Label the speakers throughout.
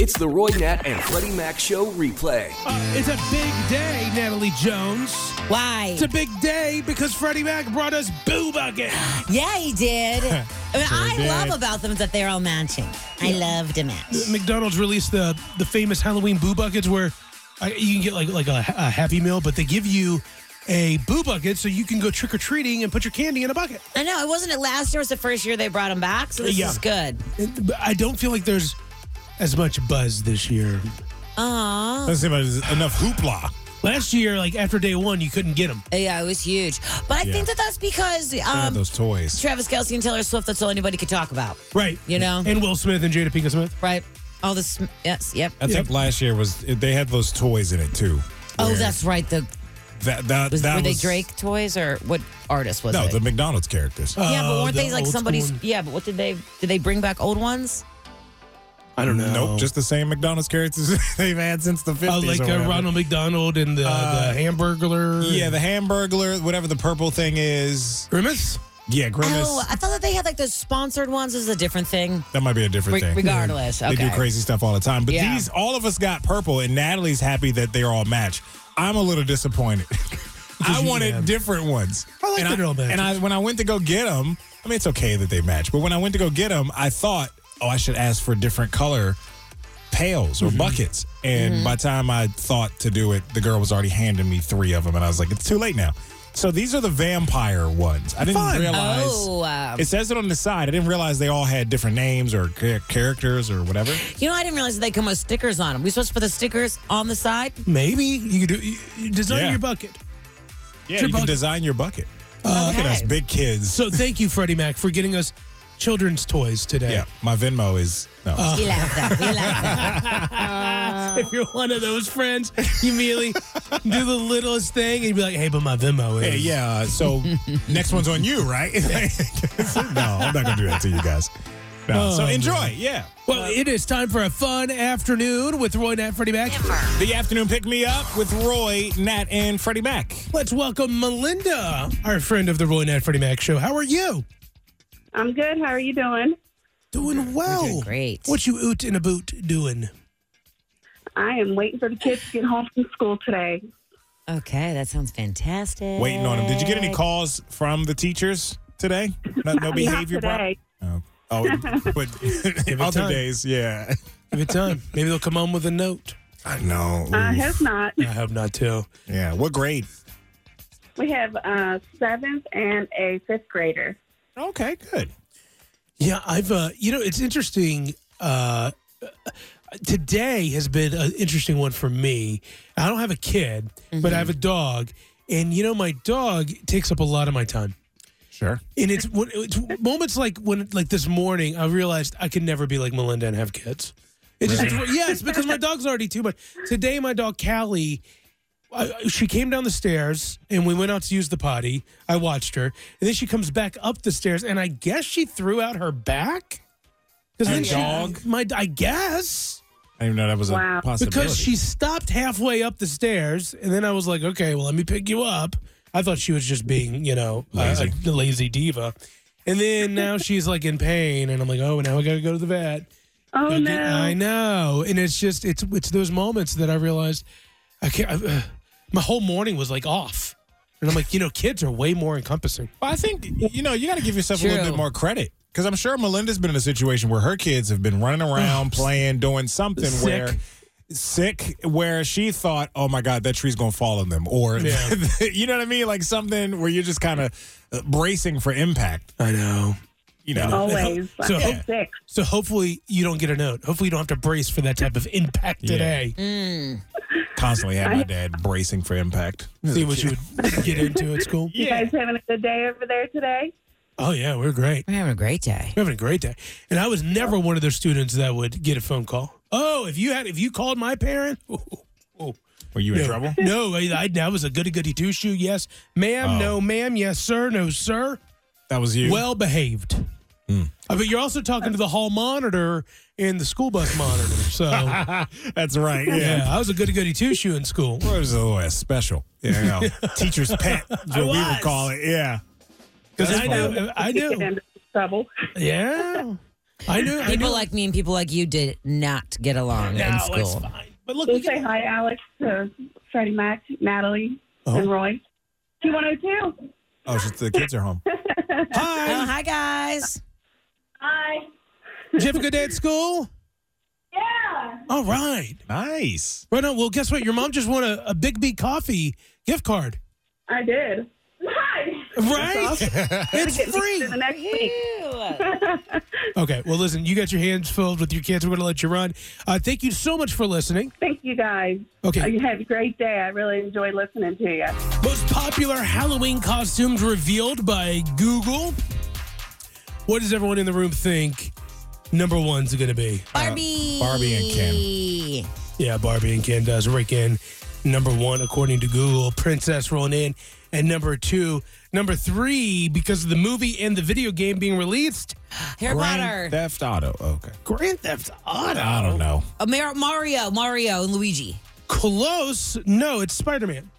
Speaker 1: It's the Roy Nat and Freddie Mac Show replay.
Speaker 2: Uh, it's a big day, Natalie Jones.
Speaker 3: Why?
Speaker 2: It's a big day because Freddie Mac brought us Boo Bucket.
Speaker 3: Yeah, he did. I, mean,
Speaker 2: Sure
Speaker 3: I
Speaker 2: did.
Speaker 3: love about them is that they're all matching. I loved a match.
Speaker 2: McDonald's released the the famous Halloween Boo Buckets where uh, you can get like like a, a Happy Meal, but they give you a Boo Bucket so you can go trick or treating and put your candy in a bucket.
Speaker 3: I know. It wasn't it last year? It was the first year they brought him back, so this
Speaker 2: Yeah.
Speaker 3: is good.
Speaker 2: And- but I don't feel like there's as much buzz this year.
Speaker 3: Aw.
Speaker 4: Doesn't seem like there's enough hoopla.
Speaker 2: Last year, like after day one, you couldn't get them.
Speaker 3: Yeah, it was huge. But I
Speaker 4: Yeah.
Speaker 3: think that that's because
Speaker 4: They had
Speaker 3: um,
Speaker 4: those toys.
Speaker 3: Travis Kelsey and Taylor Swift, that's all anybody could talk about.
Speaker 2: Right.
Speaker 3: You know?
Speaker 2: And Will Smith and Jada Pinkett Smith.
Speaker 3: Right? All this. Yes, yep.
Speaker 4: I think last year was they had those toys in it too.
Speaker 3: Oh,
Speaker 4: where
Speaker 3: that's right. The
Speaker 4: that that,
Speaker 3: was,
Speaker 4: that
Speaker 3: Were
Speaker 4: was-
Speaker 3: they Drake toys or what artist was
Speaker 4: No,
Speaker 3: it?
Speaker 4: the McDonald's characters. Uh,
Speaker 3: yeah, but
Speaker 2: Oh,
Speaker 3: weren't
Speaker 2: the
Speaker 3: they like
Speaker 2: old
Speaker 3: somebody's?
Speaker 2: school one.
Speaker 3: Yeah, but what did they? Did they bring back old ones?
Speaker 2: I don't know.
Speaker 4: Nope, just the same McDonald's characters they've had since the 50s.
Speaker 2: Oh, like
Speaker 4: or
Speaker 2: uh,
Speaker 4: whatever.
Speaker 2: Ronald McDonald and the,
Speaker 4: Uh,
Speaker 2: the Hamburglar.
Speaker 4: Yeah, the Hamburglar, whatever the purple thing is.
Speaker 2: Grimace.
Speaker 4: Yeah, Grimace.
Speaker 3: Oh, I thought that they had like those sponsored ones. This is a different thing.
Speaker 4: That might be a different
Speaker 3: Re-
Speaker 4: thing.
Speaker 3: regardless,
Speaker 4: They do
Speaker 3: okay.
Speaker 4: crazy stuff all the time. But
Speaker 3: Yeah.
Speaker 4: these, all of us got purple, and Natalie's happy that they're all matched. I'm a little disappointed. I
Speaker 2: you
Speaker 4: wanted
Speaker 2: have-
Speaker 4: different ones.
Speaker 2: I like
Speaker 4: and
Speaker 2: that they're all matched.
Speaker 4: And I, when I went to go get them, I mean, it's okay that they match. But when I went to go get them, I thought, oh, I should ask for different color pails or
Speaker 2: Mm-hmm.
Speaker 4: buckets. And
Speaker 3: Mm-hmm.
Speaker 4: by the time I thought to do it, the girl was already handing me three of them, and I was like, it's too late now. So these are the vampire ones. I didn't realize.
Speaker 3: Oh, uh,
Speaker 4: It says it on the side. I didn't realize they all had different names or cha- characters or whatever.
Speaker 3: you know, I didn't realize that they come with stickers on them. We supposed to put the stickers on the side.
Speaker 2: Maybe you could do you- you design
Speaker 4: Yeah.
Speaker 2: your bucket.
Speaker 4: Yeah,
Speaker 2: Your
Speaker 4: you can Uh,
Speaker 2: bucket.
Speaker 4: design your bucket. Look at us, big kids.
Speaker 2: So thank you, Freddie Mac, for getting us children's toys today.
Speaker 4: yeah, Uh, my Venmo is no.
Speaker 3: We love that. We love that.
Speaker 2: If you're one of those friends, you immediately do the littlest thing and be like, "Hey, but my Venmo is."
Speaker 4: Hey, yeah. uh, So next one's on you, right? no, I'm not gonna do that to you guys. No. so
Speaker 2: Oh,
Speaker 4: enjoy. Yeah,
Speaker 2: Well, it is time for a fun afternoon with Roy Nat Freddie Mac.
Speaker 4: the afternoon pick me up with Roy, Nat, and Freddie Mac.
Speaker 2: Let's welcome Melinda, our friend of the Roy Nat Freddie Mac show. How are you?
Speaker 5: I'm good. How are you doing?
Speaker 2: Doing well.
Speaker 3: doing great.
Speaker 2: What you oot in a boot doing?
Speaker 5: I am waiting for the kids to get home from school today.
Speaker 3: Okay, that sounds fantastic.
Speaker 4: Waiting on him. Did you get any calls from the teachers today? No, no behavior.
Speaker 5: Not today.
Speaker 4: problem? Oh, oh, but
Speaker 2: it
Speaker 4: other
Speaker 2: time.
Speaker 4: days, yeah.
Speaker 2: Give it time. Maybe they'll come home with a note.
Speaker 4: I know.
Speaker 5: I hope not.
Speaker 2: I hope not too.
Speaker 4: Yeah. What grade?
Speaker 5: We have a seventh and a fifth grader.
Speaker 4: Okay, good.
Speaker 2: Yeah, I've uh, you know it's interesting. Uh, today has been an interesting one for me. I don't have a kid, but I have a dog, and you know my dog takes up a lot of my time.
Speaker 4: Sure.
Speaker 2: And it's when it's moments like when like this morning I realized I could never be like Melinda and have kids. It just yes, because my dog's already too much. Today my dog Callie, I, I- she came down the stairs and we went out to use the potty. I watched her, and then she comes back up the stairs, and I guess she threw out her back.
Speaker 4: Her
Speaker 2: then she-
Speaker 4: dog?
Speaker 2: my I guess
Speaker 4: I didn't even know that was
Speaker 5: Wow.
Speaker 4: a possibility.
Speaker 2: because she stopped halfway up the stairs, and then I was like, okay, well, let me pick you up. I thought she was just being, you know, lazy.
Speaker 4: Lazy.
Speaker 2: A, lazy diva. And then now she's like in pain, and I'm like, oh, now I got to go to the vet.
Speaker 5: Oh
Speaker 2: Gotta
Speaker 5: no!
Speaker 2: get- I know, and it's just it's it's those moments that I realized I can't. I, uh, my whole morning was like off, and I'm like, you know, kids are way more encompassing.
Speaker 4: Well, I think you know you got to give yourself a little
Speaker 3: True.
Speaker 4: bit more credit because I'm sure Melinda's been in a situation where her kids have been running around, playing, doing something
Speaker 2: Sick.
Speaker 4: where sick, where she thought, "Oh my God, that tree's gonna fall on them," or
Speaker 2: Yeah.
Speaker 4: you know what I mean, like something where you're just kind of bracing for impact.
Speaker 2: I know.
Speaker 4: You know,
Speaker 5: Always.
Speaker 2: So-
Speaker 5: I'm sick.
Speaker 2: So hopefully you don't get a note. Hopefully you don't have to brace for that type of impact
Speaker 4: Yeah. Mm-hmm.
Speaker 2: today.
Speaker 4: constantly had my dad bracing for impact.
Speaker 2: See what you would get into at school.
Speaker 5: You guys having a good day over there today?
Speaker 2: Oh yeah, we're great.
Speaker 3: We're having a great day.
Speaker 2: We're having a great day. And I was never one of those students that would get a phone call. Oh, if you had, if you called my parent, oh, oh,
Speaker 4: Were you in
Speaker 2: no,
Speaker 4: trouble?
Speaker 2: No, I, I, that was a goody goody two shoe. Yes, ma'am. No, ma'am. Yes, sir. No, sir.
Speaker 4: That was Oh. you. Hmm.
Speaker 2: Well behaved. Uh, but you're also talking to the hall monitor and the school bus monitor. So yeah,
Speaker 4: that's right. Yeah.
Speaker 2: I was a goody goody two shoe in school.
Speaker 4: Well, it was a little uh, special. You know, teacher's pet, is what we would
Speaker 2: was.
Speaker 4: call it. Yeah.
Speaker 2: Because I
Speaker 4: funny.
Speaker 2: know, I
Speaker 5: Get
Speaker 2: know,
Speaker 5: into trouble.
Speaker 2: yeah, I knew. I
Speaker 3: People
Speaker 2: knew.
Speaker 3: like me and people like you did not get along
Speaker 2: no,
Speaker 3: in
Speaker 2: it's
Speaker 3: school.
Speaker 2: fine. But look, we
Speaker 5: Just
Speaker 2: get-
Speaker 5: say hi, Alex, to Freddie Mac, Natalie,
Speaker 2: Uh-huh.
Speaker 5: and Roy. T102.
Speaker 4: Oh, it's just the kids are home.
Speaker 3: Oh,
Speaker 2: hi.
Speaker 3: hi guys.
Speaker 4: Uh,
Speaker 5: Hi.
Speaker 2: Did you have a good day at school?
Speaker 5: Yeah.
Speaker 2: All right.
Speaker 4: Nice.
Speaker 2: Right on. Well, guess what? Your mom just won a, a Big B coffee gift card.
Speaker 5: I did. Hi.
Speaker 2: Right? it's free.
Speaker 5: To the next week.
Speaker 2: Okay. Well, listen, you got your hands filled with your kids. We're going to let you run. Uh, thank you so much for listening.
Speaker 5: Thank you guys.
Speaker 2: Okay.
Speaker 5: You have a great day. I really enjoy listening to you.
Speaker 2: Most popular Halloween costumes revealed by Google. What does everyone in the room think number one's going to be? Uh,
Speaker 3: Barbie.
Speaker 4: Barbie and
Speaker 3: Ken.
Speaker 2: Yeah, Barbie and Ken does. Rick in number one, according to Google. Princess rolling in and number two. Number three, because of the movie and the video game being released,
Speaker 3: Harry Potter.
Speaker 4: Theft Auto. Okay.
Speaker 2: Grand Theft Auto.
Speaker 4: I don't know.
Speaker 3: Uh, Mar- Mario, Mario and Luigi.
Speaker 2: Close. No, it's Spider Man.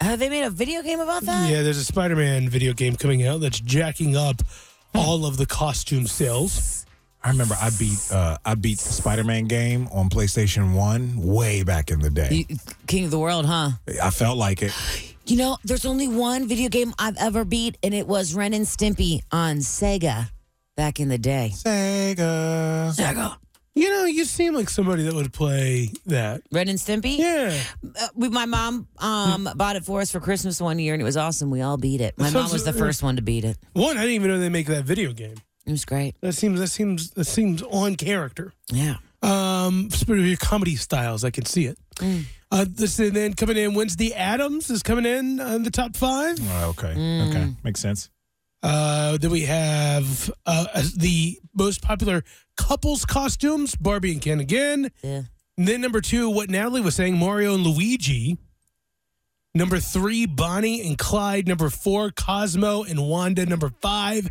Speaker 3: Have Uh, they made a video game about that?
Speaker 2: Yeah, there's a Spider Man video game coming out that's jacking up all of the costume sales.
Speaker 4: I remember I beat uh, I beat the Spider Man game on PlayStation One way back in the day.
Speaker 3: You- King of the world, huh?
Speaker 4: I felt like it.
Speaker 3: You know, there's only one video game I've ever beat, and it was Ren and Stimpy on Sega back in the day.
Speaker 4: Sega.
Speaker 3: Sega.
Speaker 2: You know, you seem like somebody that would play that.
Speaker 3: Ren and Stimpy?
Speaker 2: Yeah.
Speaker 3: Uh, we, my mom um, bought it for us for Christmas one year, and it was awesome. We all beat it. My mom
Speaker 2: sounds-
Speaker 3: was the first one to beat it.
Speaker 2: One, I didn't even know they make that video game.
Speaker 3: It was great.
Speaker 2: That seems that seems that seems on character.
Speaker 3: Yeah.
Speaker 2: Um, spirit of your comedy styles, I can see it. Uh, this and then coming in Wednesday Adams is coming in on the top five.
Speaker 4: Oh, okay.
Speaker 2: Mm.
Speaker 4: Okay. Makes sense.
Speaker 2: Uh, then we have uh, as the most popular couples costumes, Barbie and Ken again.
Speaker 3: Yeah.
Speaker 2: And then number two, what Natalie was saying, Mario and Luigi. Number three, Bonnie and Clyde. Number four, Cosmo and Wanda. Number five,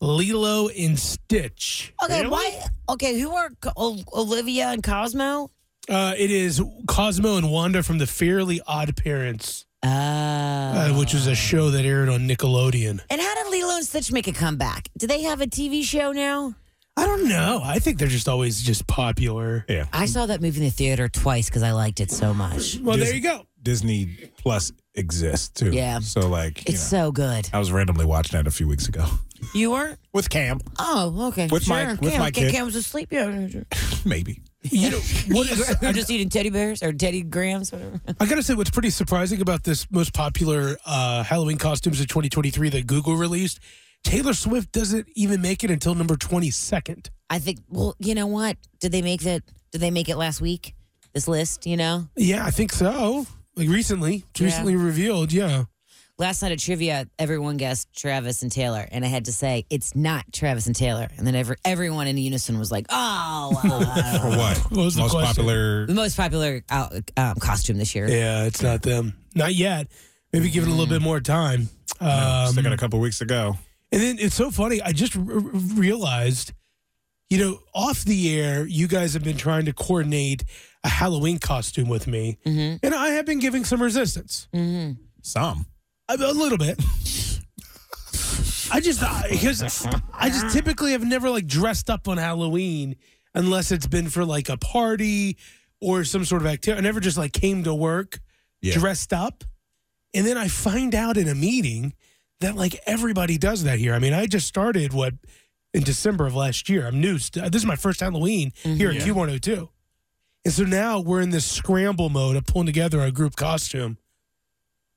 Speaker 2: Lilo and Stitch.
Speaker 3: Okay, why? Okay, who are Co- Ol- Olivia and Cosmo?
Speaker 2: Uh, it is Cosmo and Wanda from the Fairly Odd Parents,
Speaker 3: Uh,
Speaker 2: uh, which was a show that aired on Nickelodeon.
Speaker 3: and how did Lilo and Stitch make a comeback? Do they have a TV show now?
Speaker 2: I don't know. I think they're just always just popular.
Speaker 4: Yeah.
Speaker 3: I saw that movie in the theater twice because I liked it so much.
Speaker 2: Well,
Speaker 4: Just-
Speaker 2: there you go.
Speaker 4: Disney Plus exists too.
Speaker 3: Yeah.
Speaker 4: So like, you
Speaker 3: It's
Speaker 4: know,
Speaker 3: so good.
Speaker 4: I was randomly watching that a few weeks ago
Speaker 3: You were?
Speaker 4: with Cam.
Speaker 3: Oh, okay.
Speaker 4: With
Speaker 3: sure.
Speaker 4: my- with
Speaker 3: Cam,
Speaker 4: my
Speaker 3: Cam-
Speaker 4: kid.
Speaker 3: Cam was asleep. Yeah.
Speaker 4: Maybe.
Speaker 2: You know what is?
Speaker 3: We're just eating teddy bears or teddy grams, whatever.
Speaker 2: I gotta say, what's pretty surprising about this most popular uh, Halloween costumes of 2023 that Google released, Taylor Swift doesn't even make it until number 22nd.
Speaker 3: I think. Well, you know what? Did they make that? Did they make it last week? This list, you know.
Speaker 2: Yeah, I think so. Like recently, it's
Speaker 3: Yeah.
Speaker 2: recently revealed. Yeah,
Speaker 3: Last night at trivia, everyone guessed Travis and Taylor, and I had to say it's not Travis and Taylor. And then every, everyone in unison was like, "Oh, wow."
Speaker 4: For what?
Speaker 2: Uh, What was the
Speaker 4: Most
Speaker 2: question?
Speaker 4: popular.
Speaker 3: the most popular uh, um, costume this year."
Speaker 2: yeah, it's not them, Mm. not yet. Maybe give it a little bit more time. Um,
Speaker 4: Still got a couple weeks to go.
Speaker 2: And then it's so funny. I just r- r- realized, you know, off the air, you guys have been trying to coordinate a Halloween costume with me, and I have been giving some resistance,
Speaker 3: Mm-hmm.
Speaker 4: Some.
Speaker 2: a, a little bit. I just because I just typically have never like dressed up on Halloween unless it's been for like a party or some sort of activity. I never just like came to work
Speaker 4: Yeah.
Speaker 2: dressed up. And then I find out in a meeting that like everybody does that here. I mean, I just started what in December of last year. I'm new. St- this is my first Halloween here at Q102. And so now we're in this scramble mode of pulling together a group costume.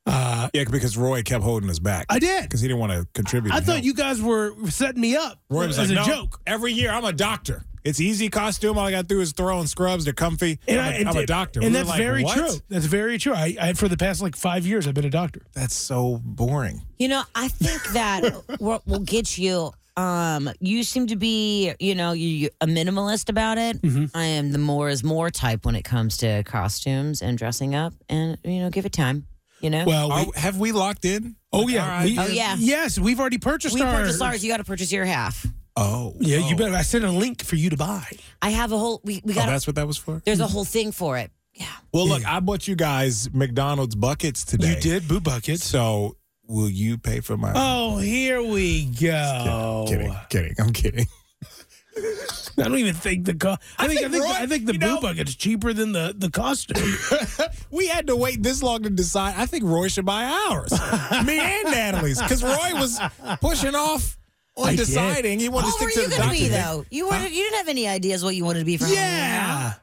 Speaker 2: Uh,
Speaker 4: Yeah, because Roy kept holding us back.
Speaker 2: I did.
Speaker 4: Because he didn't want to contribute.
Speaker 2: I
Speaker 4: and
Speaker 2: thought
Speaker 4: help.
Speaker 2: you guys were setting me up
Speaker 4: Roy was
Speaker 2: as
Speaker 4: like,
Speaker 2: a
Speaker 4: "No,
Speaker 2: joke.
Speaker 4: Every year, I'm a doctor. It's easy costume. All I got to do is throw on scrubs. They're comfy.
Speaker 2: And
Speaker 4: I'm,
Speaker 2: I-
Speaker 4: a-
Speaker 2: and
Speaker 4: I'm a
Speaker 2: it-
Speaker 4: doctor.
Speaker 2: And
Speaker 4: We were
Speaker 2: that's
Speaker 4: like,
Speaker 2: very
Speaker 4: "What?"
Speaker 2: true. That's very true. I, I for the past like five years, I've been a doctor.
Speaker 4: That's so boring.
Speaker 3: You know, I think that what will get you um, you seem to be, you know, you, you a minimalist about it.
Speaker 4: Mm-hmm.
Speaker 3: I am the more is more type when it comes to costumes and dressing up, and you know, give it time. You know,
Speaker 2: Well,
Speaker 4: Are-
Speaker 2: we,
Speaker 4: have we locked in?
Speaker 2: oh yeah, we-
Speaker 3: Oh, yeah.
Speaker 2: yes, we've already purchased
Speaker 3: we
Speaker 2: ours.
Speaker 3: purchase ours. You got to purchase your half.
Speaker 4: Oh,
Speaker 2: Yeah,
Speaker 4: oh.
Speaker 2: you better. I sent a link for you to buy.
Speaker 3: I have a whole. We, we
Speaker 4: Oh,
Speaker 3: got.
Speaker 4: that's what that was for.
Speaker 3: there's a whole thing for it. Yeah.
Speaker 4: Well, look, I bought you guys McDonald's buckets today.
Speaker 2: You did boo buckets.
Speaker 4: So will you pay for my?
Speaker 2: Oh, here we go.
Speaker 4: kidding, kidding. I'm kidding.
Speaker 2: I don't even think the cost. I, think, I think
Speaker 4: Roy,
Speaker 2: I think the
Speaker 4: you
Speaker 2: boo
Speaker 4: know-
Speaker 2: bucket's cheaper than the the costume.
Speaker 4: we had to wait this long to decide. I think Roy should buy ours, me and Natalie's, because Roy was pushing off
Speaker 2: I
Speaker 4: on
Speaker 2: did.
Speaker 4: deciding. He wanted
Speaker 3: What
Speaker 4: to stick
Speaker 3: were
Speaker 4: to
Speaker 3: you
Speaker 4: the
Speaker 3: gonna be
Speaker 4: document.
Speaker 3: though? You were. You didn't have any ideas what you wanted to be for Halloween.
Speaker 4: Yeah.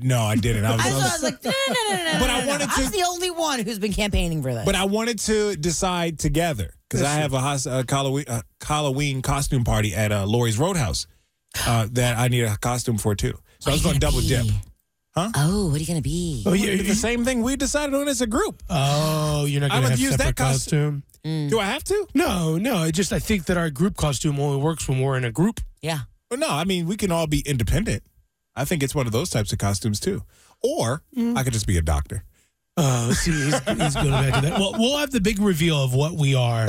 Speaker 4: No, I didn't. I was,
Speaker 3: I was, I was like, no, no, no, no, no.
Speaker 4: But
Speaker 3: no,
Speaker 4: I
Speaker 3: no.
Speaker 4: wanted to-
Speaker 3: I'm the only one who's been campaigning for this.
Speaker 4: but I wanted to decide together because I have a, hos- a Halloween, a Halloween costume party at uh, Lori's Roadhouse uh, that I need a costume for too. So I was going to double dip.
Speaker 3: oh, what are you gonna be?
Speaker 2: you-
Speaker 4: It's the same thing we decided on as a group.
Speaker 2: oh, you're not
Speaker 4: I
Speaker 2: gonna
Speaker 4: would
Speaker 2: have
Speaker 4: use
Speaker 2: separate
Speaker 4: that cos-
Speaker 2: costume.
Speaker 3: Mm.
Speaker 4: Do I have to?
Speaker 2: No, no. I just I think that our group costume only works when we're in a group.
Speaker 3: Yeah.
Speaker 4: Well, no, I mean we can all be independent. I think it's one of those types of costumes too. Or I could just be a doctor.
Speaker 2: Oh, see, he's, he's going back to that. Well, we'll have the big reveal of what we are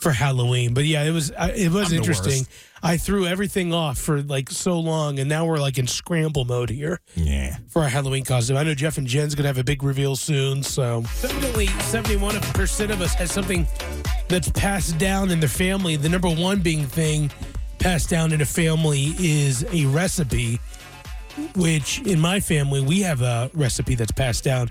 Speaker 2: for Halloween. But yeah, it was I- it was
Speaker 4: the
Speaker 2: interesting. I threw everything off for like so long, and now we're like in scramble mode here
Speaker 4: Yeah.
Speaker 2: for our Halloween costume. I know Jeff and Jen's gonna have a big reveal soon. So definitely, seventy-one percent of us has something that's passed down in their family. The number one being thing passed down in a family is a recipe. Which in my family we have a recipe that's passed down,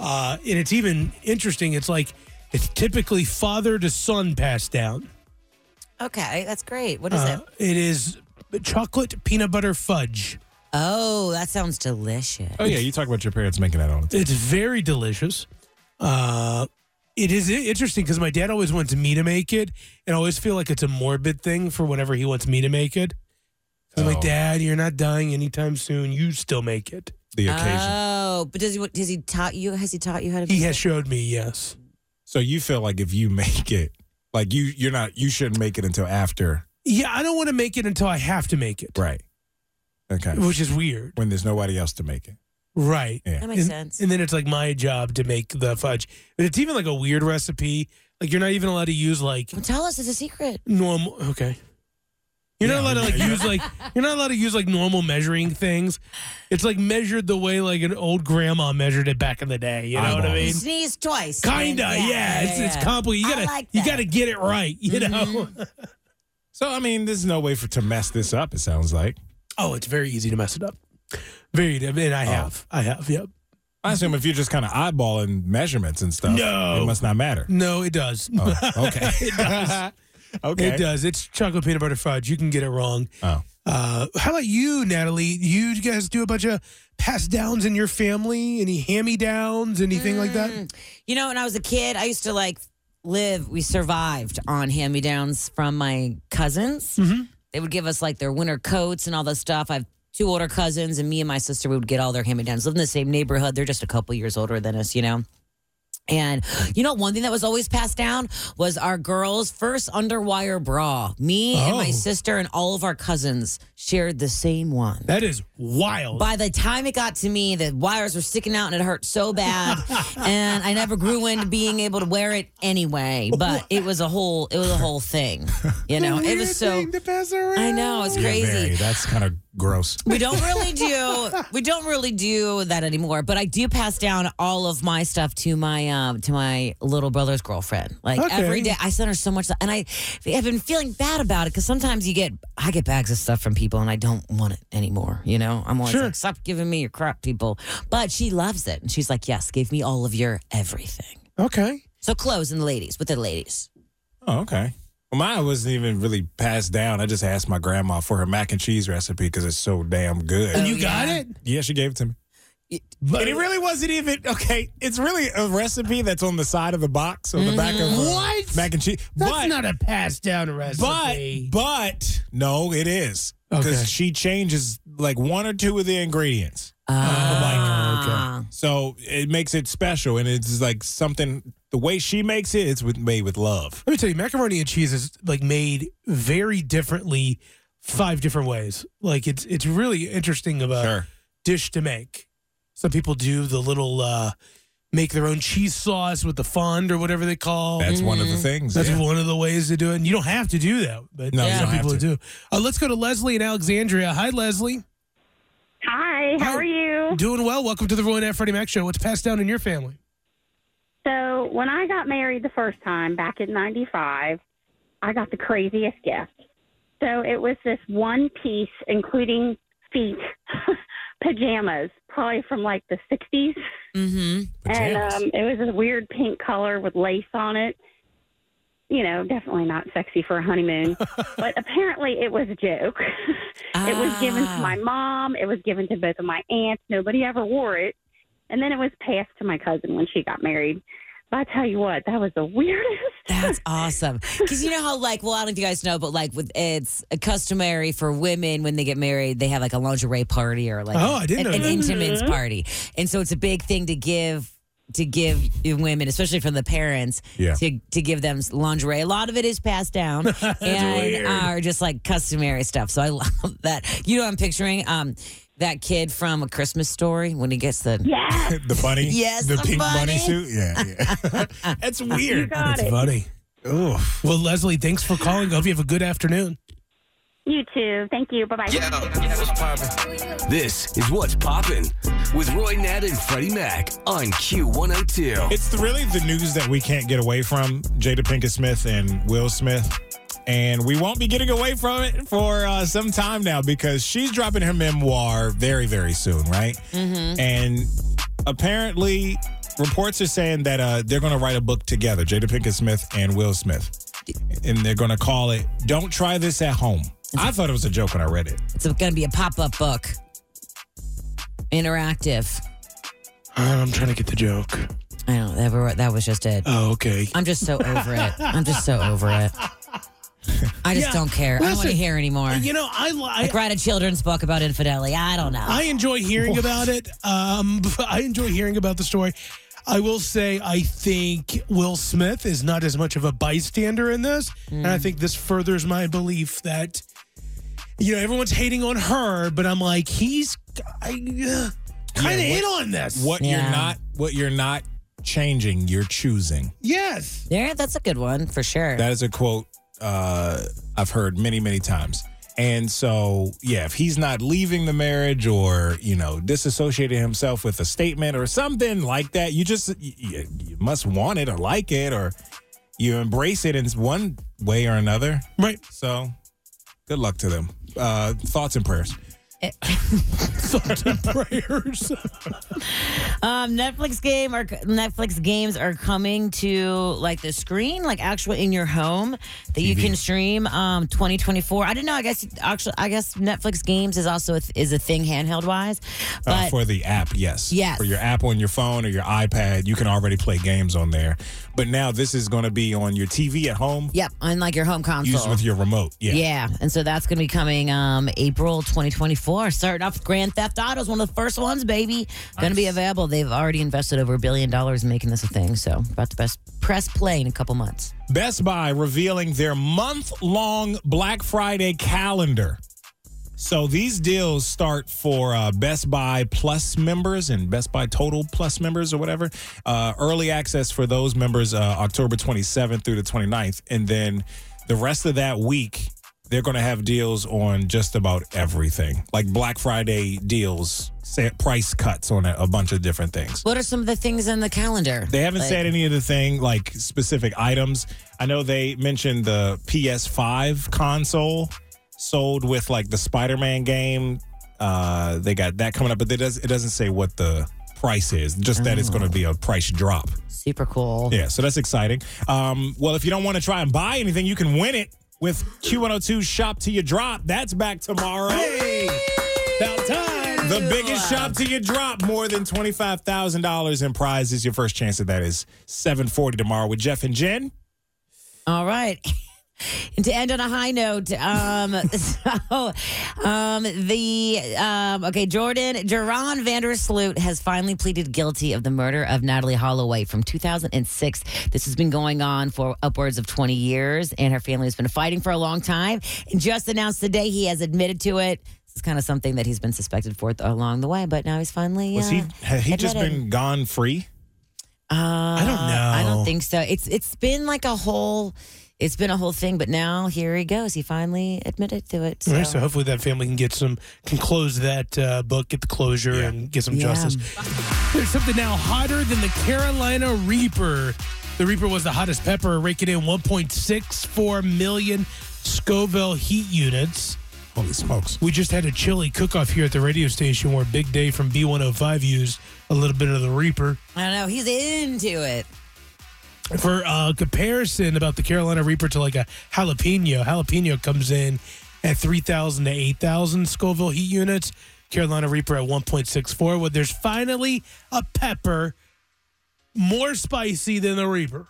Speaker 2: uh, and it's even interesting. It's like it's typically father to son passed down.
Speaker 3: Okay, that's great. What is
Speaker 2: Uh,
Speaker 3: it?
Speaker 2: it is chocolate peanut butter fudge.
Speaker 3: Oh, that sounds delicious.
Speaker 4: Oh yeah, you talk about your parents making that all the time.
Speaker 2: It's very delicious. Uh, it is i- interesting because my dad always wants me to make it, and I always feel like it's a morbid thing for whenever he wants me to make it. 'Cause I'm
Speaker 4: Oh.
Speaker 2: like, Dad, you're not dying anytime soon. You still make it.
Speaker 4: The occasion.
Speaker 3: Oh, but does he does he taught you? Has he taught you how to?
Speaker 2: He
Speaker 3: make
Speaker 2: has
Speaker 3: it?
Speaker 2: showed me, yes.
Speaker 4: so you feel like if you make it, like you you're not you shouldn't make it until after.
Speaker 2: Yeah, I don't want to make it until I have to make it,
Speaker 4: Right. Okay.
Speaker 2: which is weird.
Speaker 4: When there's nobody else to make it.
Speaker 2: Right.
Speaker 4: Yeah.
Speaker 3: That makes
Speaker 2: and,
Speaker 3: sense.
Speaker 2: And then it's like my job to make the fudge. But it's even like a weird recipe. Like you're not even allowed to use like
Speaker 3: Well, tell us. It's a secret.
Speaker 2: normal okay you're not allowed to like use like you're not allowed to use like normal measuring things it's like measured the way like an old grandma measured it back in the day you know what i
Speaker 4: Eyeballs.
Speaker 2: mean
Speaker 3: Sneeze twice.
Speaker 2: kinda yeah,
Speaker 3: And-
Speaker 2: it's, it's
Speaker 3: yeah.
Speaker 2: complicated you
Speaker 3: I
Speaker 2: gotta
Speaker 3: like
Speaker 2: you
Speaker 3: that. Mm-hmm.
Speaker 2: gotta get it right you know
Speaker 4: So I mean, there's no way for to mess this up, it sounds like.
Speaker 2: oh it's very easy to mess it up very I
Speaker 4: Oh.
Speaker 2: mean, i have i have yep
Speaker 4: I assume if you're just kind of eyeballing measurements and stuff,
Speaker 2: No.
Speaker 4: it must not matter.
Speaker 2: no it does
Speaker 4: Oh, okay. okay.
Speaker 2: it does it's chocolate peanut butter fudge you can get it wrong
Speaker 4: Oh.
Speaker 2: uh, how about you, Natalie? You guys do a bunch of pass downs in your family? Any hand me downs? Anything like that?
Speaker 3: You know, when I was a kid, I used to like live. We survived on hand me downs from my cousins. They would give us like their winter coats and all this stuff. I have two older cousins, and me and my sister would get all their hand me downs. Live in the same neighborhood. They're just a couple years older than us, you know. And you know, one thing that was always passed down was our girls' first underwire bra. Me and my
Speaker 2: Oh.
Speaker 3: sister and all of our cousins shared the same one.
Speaker 2: That is wild.
Speaker 3: By the time it got to me, the wires were sticking out and it hurt so bad. and I never grew into being able to wear it anyway. But it was a whole it was a whole thing. You know, it was so I know, it's
Speaker 4: Yeah,
Speaker 3: crazy.
Speaker 4: very. That's kind of gross.
Speaker 3: We don't really do we don't really do that anymore. But I do pass down all of my stuff to my um to my little brother's girlfriend. Like
Speaker 2: Okay.
Speaker 3: every day, I send her so much, stuff, and I have been feeling bad about it because sometimes you get I get bags of stuff from people and I don't want it anymore. You know, I'm always
Speaker 2: Sure.
Speaker 3: like, stop giving me your crap, people. But she loves it, and she's like, yes, give me all of your everything.
Speaker 2: okay.
Speaker 3: So clothes and ladies with the ladies.
Speaker 4: Oh, okay. Well, mine wasn't even really passed down. I just asked my grandma for her mac and cheese recipe because it's so damn good.
Speaker 2: you got it?
Speaker 4: yeah, she gave it to me. and it really wasn't even okay. It's really a recipe that's on the side of the box on the back of uh,
Speaker 2: What?
Speaker 4: mac and cheese.
Speaker 2: That's
Speaker 4: but
Speaker 2: not a pass down
Speaker 4: but
Speaker 2: recipe.
Speaker 4: but no, it is because
Speaker 2: Okay. Oh
Speaker 4: she changes like one or two of the ingredients.
Speaker 3: Ah,
Speaker 4: Like,
Speaker 3: okay.
Speaker 4: So it makes it special, and it's like something. The way she makes it, it's with, made with love.
Speaker 2: Let me tell you, macaroni and cheese is like made very differently, five different ways. Like it's it's really interesting of a
Speaker 4: Sure.
Speaker 2: dish to make. Some people do the little uh, make their own cheese sauce with the fond or whatever they call.
Speaker 4: That's one of the things.
Speaker 2: Mm. That's
Speaker 4: yeah.
Speaker 2: one of the ways to do it. And you don't have to do that, but
Speaker 4: No, you
Speaker 2: some
Speaker 4: don't have
Speaker 2: people
Speaker 4: to.
Speaker 2: do. Uh, let's go to Leslie in Alexandria. Hi, Leslie.
Speaker 6: Hi, how
Speaker 2: Hi.
Speaker 6: are you?
Speaker 2: Doing well. Welcome to the Roy and F. Freddie Mac Show. What's passed down in your family?
Speaker 6: So, when I got married the first time back in 95, I got the craziest gift. So, it was this one piece, including feet, pajamas, probably from like the 60s.
Speaker 3: Mm-hmm.
Speaker 4: Pajamas.
Speaker 6: And um, it was a weird pink color with lace on it. You know, definitely not sexy for a honeymoon, but apparently it was a joke. It was given to my mom. It was given to both of my aunts. Nobody ever wore it. And then it was passed to my cousin when she got married. But I tell you what, that was the weirdest.
Speaker 3: That's awesome. Because you know how, like, well, I don't know if you guys know, but like, with it's customary for women when they get married, they have like a lingerie party or like
Speaker 2: Oh, I didn't
Speaker 3: an,
Speaker 2: know
Speaker 3: an
Speaker 2: that.
Speaker 3: intimates party, and so it's a big thing to give to give your women, especially from the parents,
Speaker 4: Yeah.
Speaker 3: to to give them lingerie. A lot of it is passed down and
Speaker 4: weird.
Speaker 3: are just like customary stuff. So I love that. You know, what I'm picturing um that kid from A Christmas Story when he gets the
Speaker 6: yes,
Speaker 4: the bunny.
Speaker 3: Yes,
Speaker 4: the
Speaker 3: the
Speaker 4: pink bunny
Speaker 3: bunny.
Speaker 4: suit. Yeah, yeah. That's
Speaker 6: you
Speaker 4: weird.
Speaker 6: got
Speaker 2: That's
Speaker 6: it.
Speaker 2: funny.
Speaker 4: Oof.
Speaker 2: Well, Leslie, thanks for calling. I hope you have a good afternoon.
Speaker 6: You too. Thank you. Bye bye.
Speaker 1: This is What's Poppin' with Roy Nat and Freddie Mac on Q102.
Speaker 4: It's the- really the news that we can't get away from Jada Pinkett Smith and Will Smith. And we won't be getting away from it for uh, some time now because she's dropping her memoir very, very soon, right? Mm-hmm. And apparently, reports are saying that uh, they're going to write a book together, Jada Pinkett Smith and Will Smith. And they're going to call it Don't Try This at Home. I thought it was a joke when I read it.
Speaker 3: it's going to be a pop up book, interactive.
Speaker 2: I'm trying to get the joke.
Speaker 3: I don't. That, were- that was just it.
Speaker 2: Oh, okay.
Speaker 3: I'm just so over it. I'm just so over it. I just
Speaker 2: Yeah,
Speaker 3: don't care. I don't want to
Speaker 2: listen,
Speaker 3: hear anymore.
Speaker 2: You know, I li-
Speaker 3: like write a children's book about infidelity. I don't know.
Speaker 2: I enjoy hearing about it. Um, I enjoy hearing about the story. I will say, I think Will Smith is not as much of a bystander in this, and
Speaker 4: Hmm.
Speaker 2: I think this furthers my belief that you know everyone's hating on her, but I'm like, he's I, uh, kind of
Speaker 4: Yeah,
Speaker 2: in on this.
Speaker 4: What
Speaker 3: Yeah.
Speaker 4: you're not, what you're not changing, you're choosing.
Speaker 2: Yes,
Speaker 3: yeah, that's a good one for sure.
Speaker 4: That is a quote uh, I've heard many, many times. And so, yeah, if he's not leaving the marriage or, you know, disassociating himself with a statement or something like that, you just, you, you must want it or like it or you embrace it in one way or another.
Speaker 2: right.
Speaker 4: So, good luck to them. Uh, thoughts and prayers.
Speaker 2: Thoughts and prayers.
Speaker 3: um, Netflix game or Netflix games are coming to like the screen, like actual in your home that you can stream. Um, 2024. I didn't know. I guess actually, I guess Netflix games is also a th- is a thing handheld wise, but.
Speaker 4: Uh, for the app, yes.
Speaker 3: Yes.
Speaker 4: For your app on your phone or your iPad, you can already play games on there. But now this is going to be on your TV at home,
Speaker 3: Yep, on like your home console.
Speaker 4: used with your remote. Yeah.
Speaker 3: Yeah. And so that's going to be coming um, April 2024. Starting off with Grand Theft Auto is one of the first ones, baby. Going to be available. They've already invested over a billion dollars in making this a thing. So about to best press play in a couple months.
Speaker 4: Best Buy revealing their month long Black Friday calendar. So these deals start for uh, Best Buy Plus members and Best Buy Total Plus members or whatever. Uh, early access for those members uh, October 27th through the 29th. And then the rest of that week, they're going to have deals on just about everything, like Black Friday deals, sa- price cuts on a, a bunch of different things.
Speaker 3: What are some of the things in the calendar?
Speaker 4: They haven't
Speaker 3: Like-
Speaker 4: said any of the thing like specific items. I know they mentioned the PS5 console sold with like the Spider-Man game. Uh, they got that coming up, but it does it doesn't say what the price is. Just that it's going to be a price drop.
Speaker 3: Super cool.
Speaker 4: Yeah, so that's exciting. Um, well, if you don't want to try and buy anything, you can win it with Q102 Shop to Your Drop. That's back tomorrow.
Speaker 2: About time.
Speaker 4: The biggest shop till you drop more than $25,000 in prizes. Your first chance at that is 740 tomorrow with Jeff and Jen.
Speaker 3: All right. And to end on a high note, um, so um, the um, okay, Jordan Jerron Vandersloot has finally pleaded guilty of the murder of Natalie Holloway from 2006. This has been going on for upwards of 20 years, and her family has been fighting for a long time. And just announced today, he has admitted to it. This is kind of something that he's been suspected for th- along the way, but now he's finally.
Speaker 4: Was
Speaker 3: uh,
Speaker 4: he had he just
Speaker 3: admitted.
Speaker 4: been gone free?
Speaker 3: Uh, I
Speaker 4: don't
Speaker 3: I don't
Speaker 4: know.
Speaker 3: think so. It's it's been like a whole, it's been a whole thing. But now here he goes. He finally admitted to it.
Speaker 2: All
Speaker 3: So.
Speaker 2: right, so hopefully that family can get some, can close that uh, book, get the closure, and get some
Speaker 3: Yeah.
Speaker 2: justice. There's something now hotter than the Carolina Reaper. The Reaper was the hottest pepper, raking in 1.64 million Scoville heat units.
Speaker 4: Holy smokes!
Speaker 2: We just had a chili cook off here at the radio station where Big Day from B105 used a little bit of the Reaper.
Speaker 3: I don't know. He's into it.
Speaker 2: For uh, comparison about the Carolina Reaper to like a jalapeno, jalapeno comes in at 3,000 to 8,000 Scoville heat units. Carolina Reaper at 1.64. Well, there's finally a pepper more spicy than the Reaper.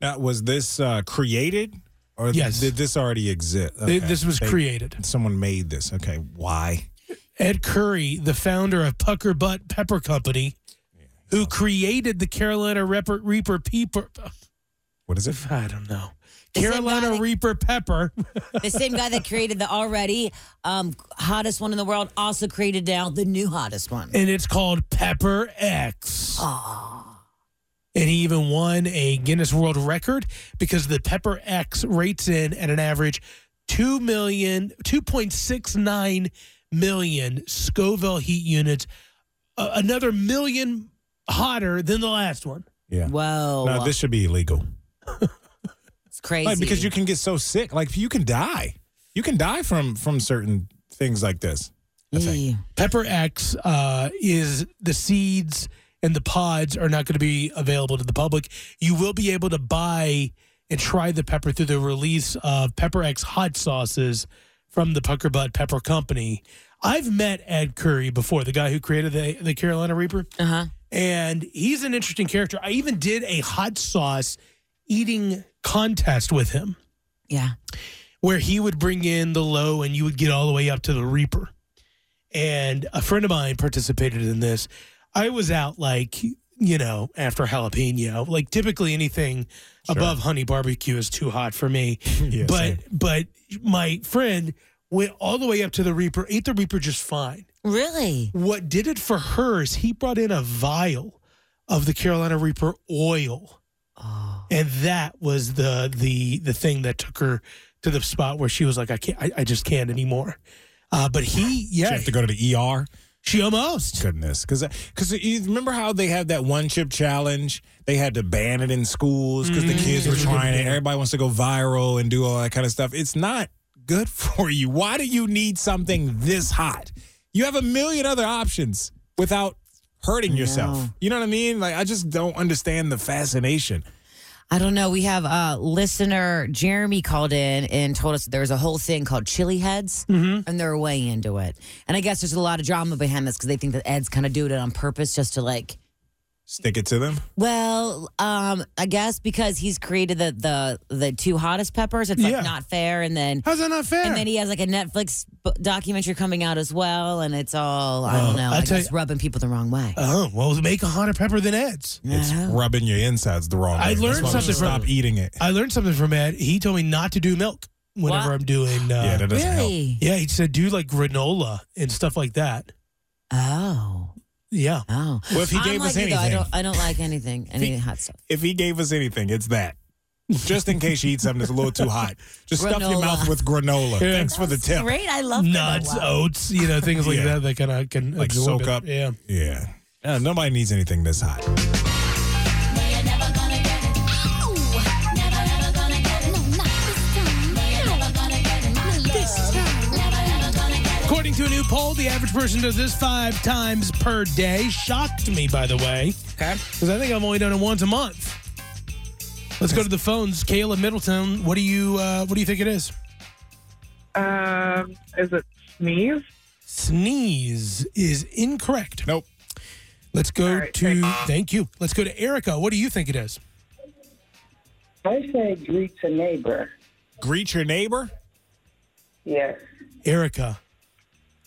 Speaker 4: Now, was this uh, created, or
Speaker 2: Yes.
Speaker 4: did this already exist?
Speaker 2: Th-
Speaker 4: Okay.
Speaker 2: This was
Speaker 4: They-
Speaker 2: created.
Speaker 4: Someone made this. Okay, why?
Speaker 2: Ed Curry, the founder of Pucker Butt Pepper Company, who created the Carolina Reaper, Reaper Peeper.
Speaker 4: What is it?
Speaker 2: I don't know.
Speaker 3: Is it
Speaker 2: Carolina
Speaker 3: not-
Speaker 2: Reaper Pepper.
Speaker 3: The same guy that created the already um, hottest one in the world also created now the new hottest one.
Speaker 2: and it's called Pepper X. And he even won a Guinness World Record because the Pepper X rates in at an average 2 million, 2.69 million Scoville heat units, uh, another million hotter than the last one.
Speaker 4: Yeah.
Speaker 3: Whoa,
Speaker 4: No, this should be illegal.
Speaker 3: it's crazy.
Speaker 4: Like because you can get so sick. Like you can die. You can die from from certain things like this. I think.
Speaker 3: Ew.
Speaker 2: Pepper X uh, is the seeds and the pods are not going to be available to the public. You will be able to buy and try the pepper through the release of Pepper X hot sauces from the Pucker Butt Pepper Company. I've met Ed Curry before, the guy who created the, the Carolina Reaper,
Speaker 3: Uh-huh.
Speaker 2: and he's an interesting character. I even did a hot sauce eating contest with him
Speaker 3: Yeah.
Speaker 2: where he would bring in the low and you would get all the way up to the reaper. And a friend of mine participated in this. I was out like, you know, after jalapeno. Like typically anything above honey barbecue is too hot for me.
Speaker 4: Yeah,
Speaker 2: but
Speaker 4: same.
Speaker 2: but my friend went all the way up to the reaper, ate the reaper just fine.
Speaker 3: Really?
Speaker 2: What did it for her is he brought in a vial of the Carolina Reaper oil
Speaker 3: Oh.
Speaker 2: and that was the the the thing that took her to the spot where she was like, I can't, I, I just can't anymore. Uh, but he,
Speaker 4: You
Speaker 2: yeah,
Speaker 4: have to go to the ER.
Speaker 2: she almost.
Speaker 4: Goodness, because because you remember how they had that one chip challenge? They had to ban it in schools because the kids were trying it. Everybody wants to go viral and do all that kind of stuff. It's not good for you. Why do you need something this hot? You have a million other options without hurting yourself. You know what I mean? Like I just don't understand the fascination.
Speaker 3: I don't know. We have uh, listener Jeremy called in and told us there's a whole thing called chili heads,
Speaker 4: Mm-hmm.
Speaker 3: and they're way into it. And I guess there's a lot of drama behind this because they think that Ed's kind of doing it on purpose just to like.
Speaker 4: Stick it to them.
Speaker 3: Well, um, I guess because he's created the the the two hottest peppers, it's
Speaker 2: Yeah.
Speaker 3: like not fair. And then
Speaker 2: How's that not fair?
Speaker 3: and then he has like a Netflix b- documentary coming out as well, and it's all I
Speaker 2: Well,
Speaker 4: Oh,
Speaker 3: don't know.
Speaker 2: I'll
Speaker 3: I
Speaker 2: tell
Speaker 3: guess
Speaker 2: you-
Speaker 3: rubbing people the wrong way.
Speaker 2: oh well, make a hotter pepper than Ed's.
Speaker 4: It's
Speaker 3: Yeah.
Speaker 4: rubbing your insides the wrong way.
Speaker 2: I
Speaker 4: That's
Speaker 2: learned
Speaker 4: why we should
Speaker 2: something from- Uh,
Speaker 4: Stop eating it.
Speaker 2: I learned something from Ed. He told me not to do milk whenever
Speaker 3: What?
Speaker 2: I'm doing. Uh,
Speaker 4: yeah, that doesn't help.
Speaker 3: really?
Speaker 2: yeah, he said do like granola and stuff like that.
Speaker 3: Oh,
Speaker 2: Yeah,
Speaker 3: oh.
Speaker 4: Well, if he gave
Speaker 3: I'm
Speaker 4: us
Speaker 3: like you, though. I
Speaker 4: anything.
Speaker 3: don't, I don't like anything, any hot stuff.
Speaker 4: if he gave us anything, it's that. Just in case you eat something that's a little too hot, just stuff your
Speaker 3: Granola.
Speaker 4: mouth with granola. Thanks for the tip.
Speaker 3: Great, I love
Speaker 2: nuts, Oh.
Speaker 3: granola.
Speaker 2: oats, you know, things like
Speaker 4: Yeah.
Speaker 2: that that kind of can
Speaker 4: Like
Speaker 2: absorb it.
Speaker 4: soak up.
Speaker 2: Yeah.
Speaker 4: Yeah. Yeah, nobody needs anything this hot.
Speaker 2: According to a new poll, the average person does this five times per day. Shocked me, by the way. Okay. Because I think I've only done it once a month. Let's go to the phones. Kayla Middleton, what do you uh, what do you think it is?
Speaker 7: Um, is it sneeze?
Speaker 2: Sneeze is incorrect.
Speaker 4: Nope.
Speaker 2: Let's go
Speaker 7: right,
Speaker 2: to thank you. Let's go to Erica. What do you think it is?
Speaker 8: I say greet a neighbor.
Speaker 4: Greet your neighbor?
Speaker 7: Yes.
Speaker 2: Erica,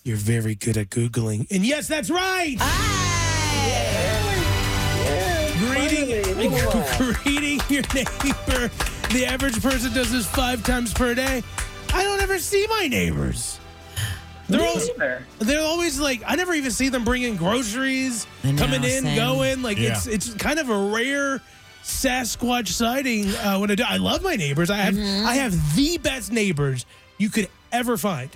Speaker 2: you're very good at Googling. And yes, that's right. Greeting, greeting your neighbor. The average person does this five times per day. I don't ever see my neighbors. They're, all, they're always like, I never even see them bringing groceries,
Speaker 3: I know,
Speaker 2: coming in,
Speaker 3: same.
Speaker 2: going. Like, it's
Speaker 4: Yeah.
Speaker 2: it's kind of a rare Sasquatch sighting uh, when I do. I love my neighbors. I have
Speaker 3: Mm-hmm.
Speaker 2: I have the best neighbors you could ever find.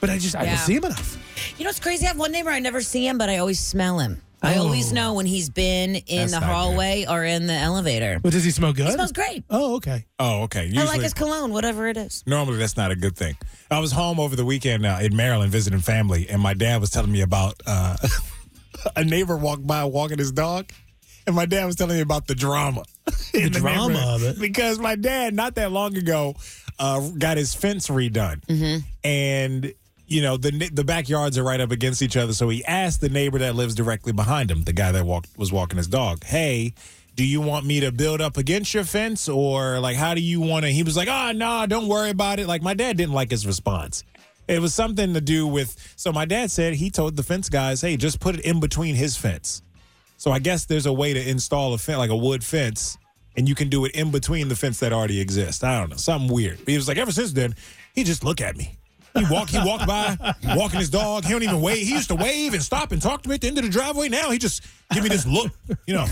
Speaker 2: But I just, I don't
Speaker 3: Yeah.
Speaker 2: see them enough.
Speaker 3: You know what's crazy? I have one neighbor I never see him, but I always smell him. I
Speaker 2: Oh.
Speaker 3: always know when he's been in
Speaker 4: That's
Speaker 3: the
Speaker 4: not good.
Speaker 3: hallway or in the elevator.
Speaker 2: But does he smell good?
Speaker 3: He smells great.
Speaker 2: Oh, okay.
Speaker 4: Oh, okay. Usually,
Speaker 3: I like his cologne, whatever it is.
Speaker 4: normally that's not a good thing. I was home over the weekend now in Maryland visiting family, and my dad was telling me about uh, a neighbor walked by walking his dog, and my dad was telling me about the drama. in The,
Speaker 2: drama
Speaker 4: neighborhood.
Speaker 2: of it.
Speaker 4: Because my dad, not that long ago, uh, got his fence redone,
Speaker 2: Mm-hmm.
Speaker 4: and. You know the ne- the backyards are right up against each other, so he asked the neighbor that lives directly behind him, the guy that walked was walking his dog, "Hey, do you want me to build up against your fence or like how do you want to he was like oh no don't worry about it like my dad didn't like his response it was something to do with so my dad said he told the fence guys hey just put it in between his fence so i guess there's a way to install a fence like a wood fence and you can do it in between the fence that already exists i don't know something weird but he was like ever since then he just look at me he walk, he walked by, walking his dog. He don't even wave. He used to wave and stop and talk to me at the end of the driveway. Now he just give me this look, you know.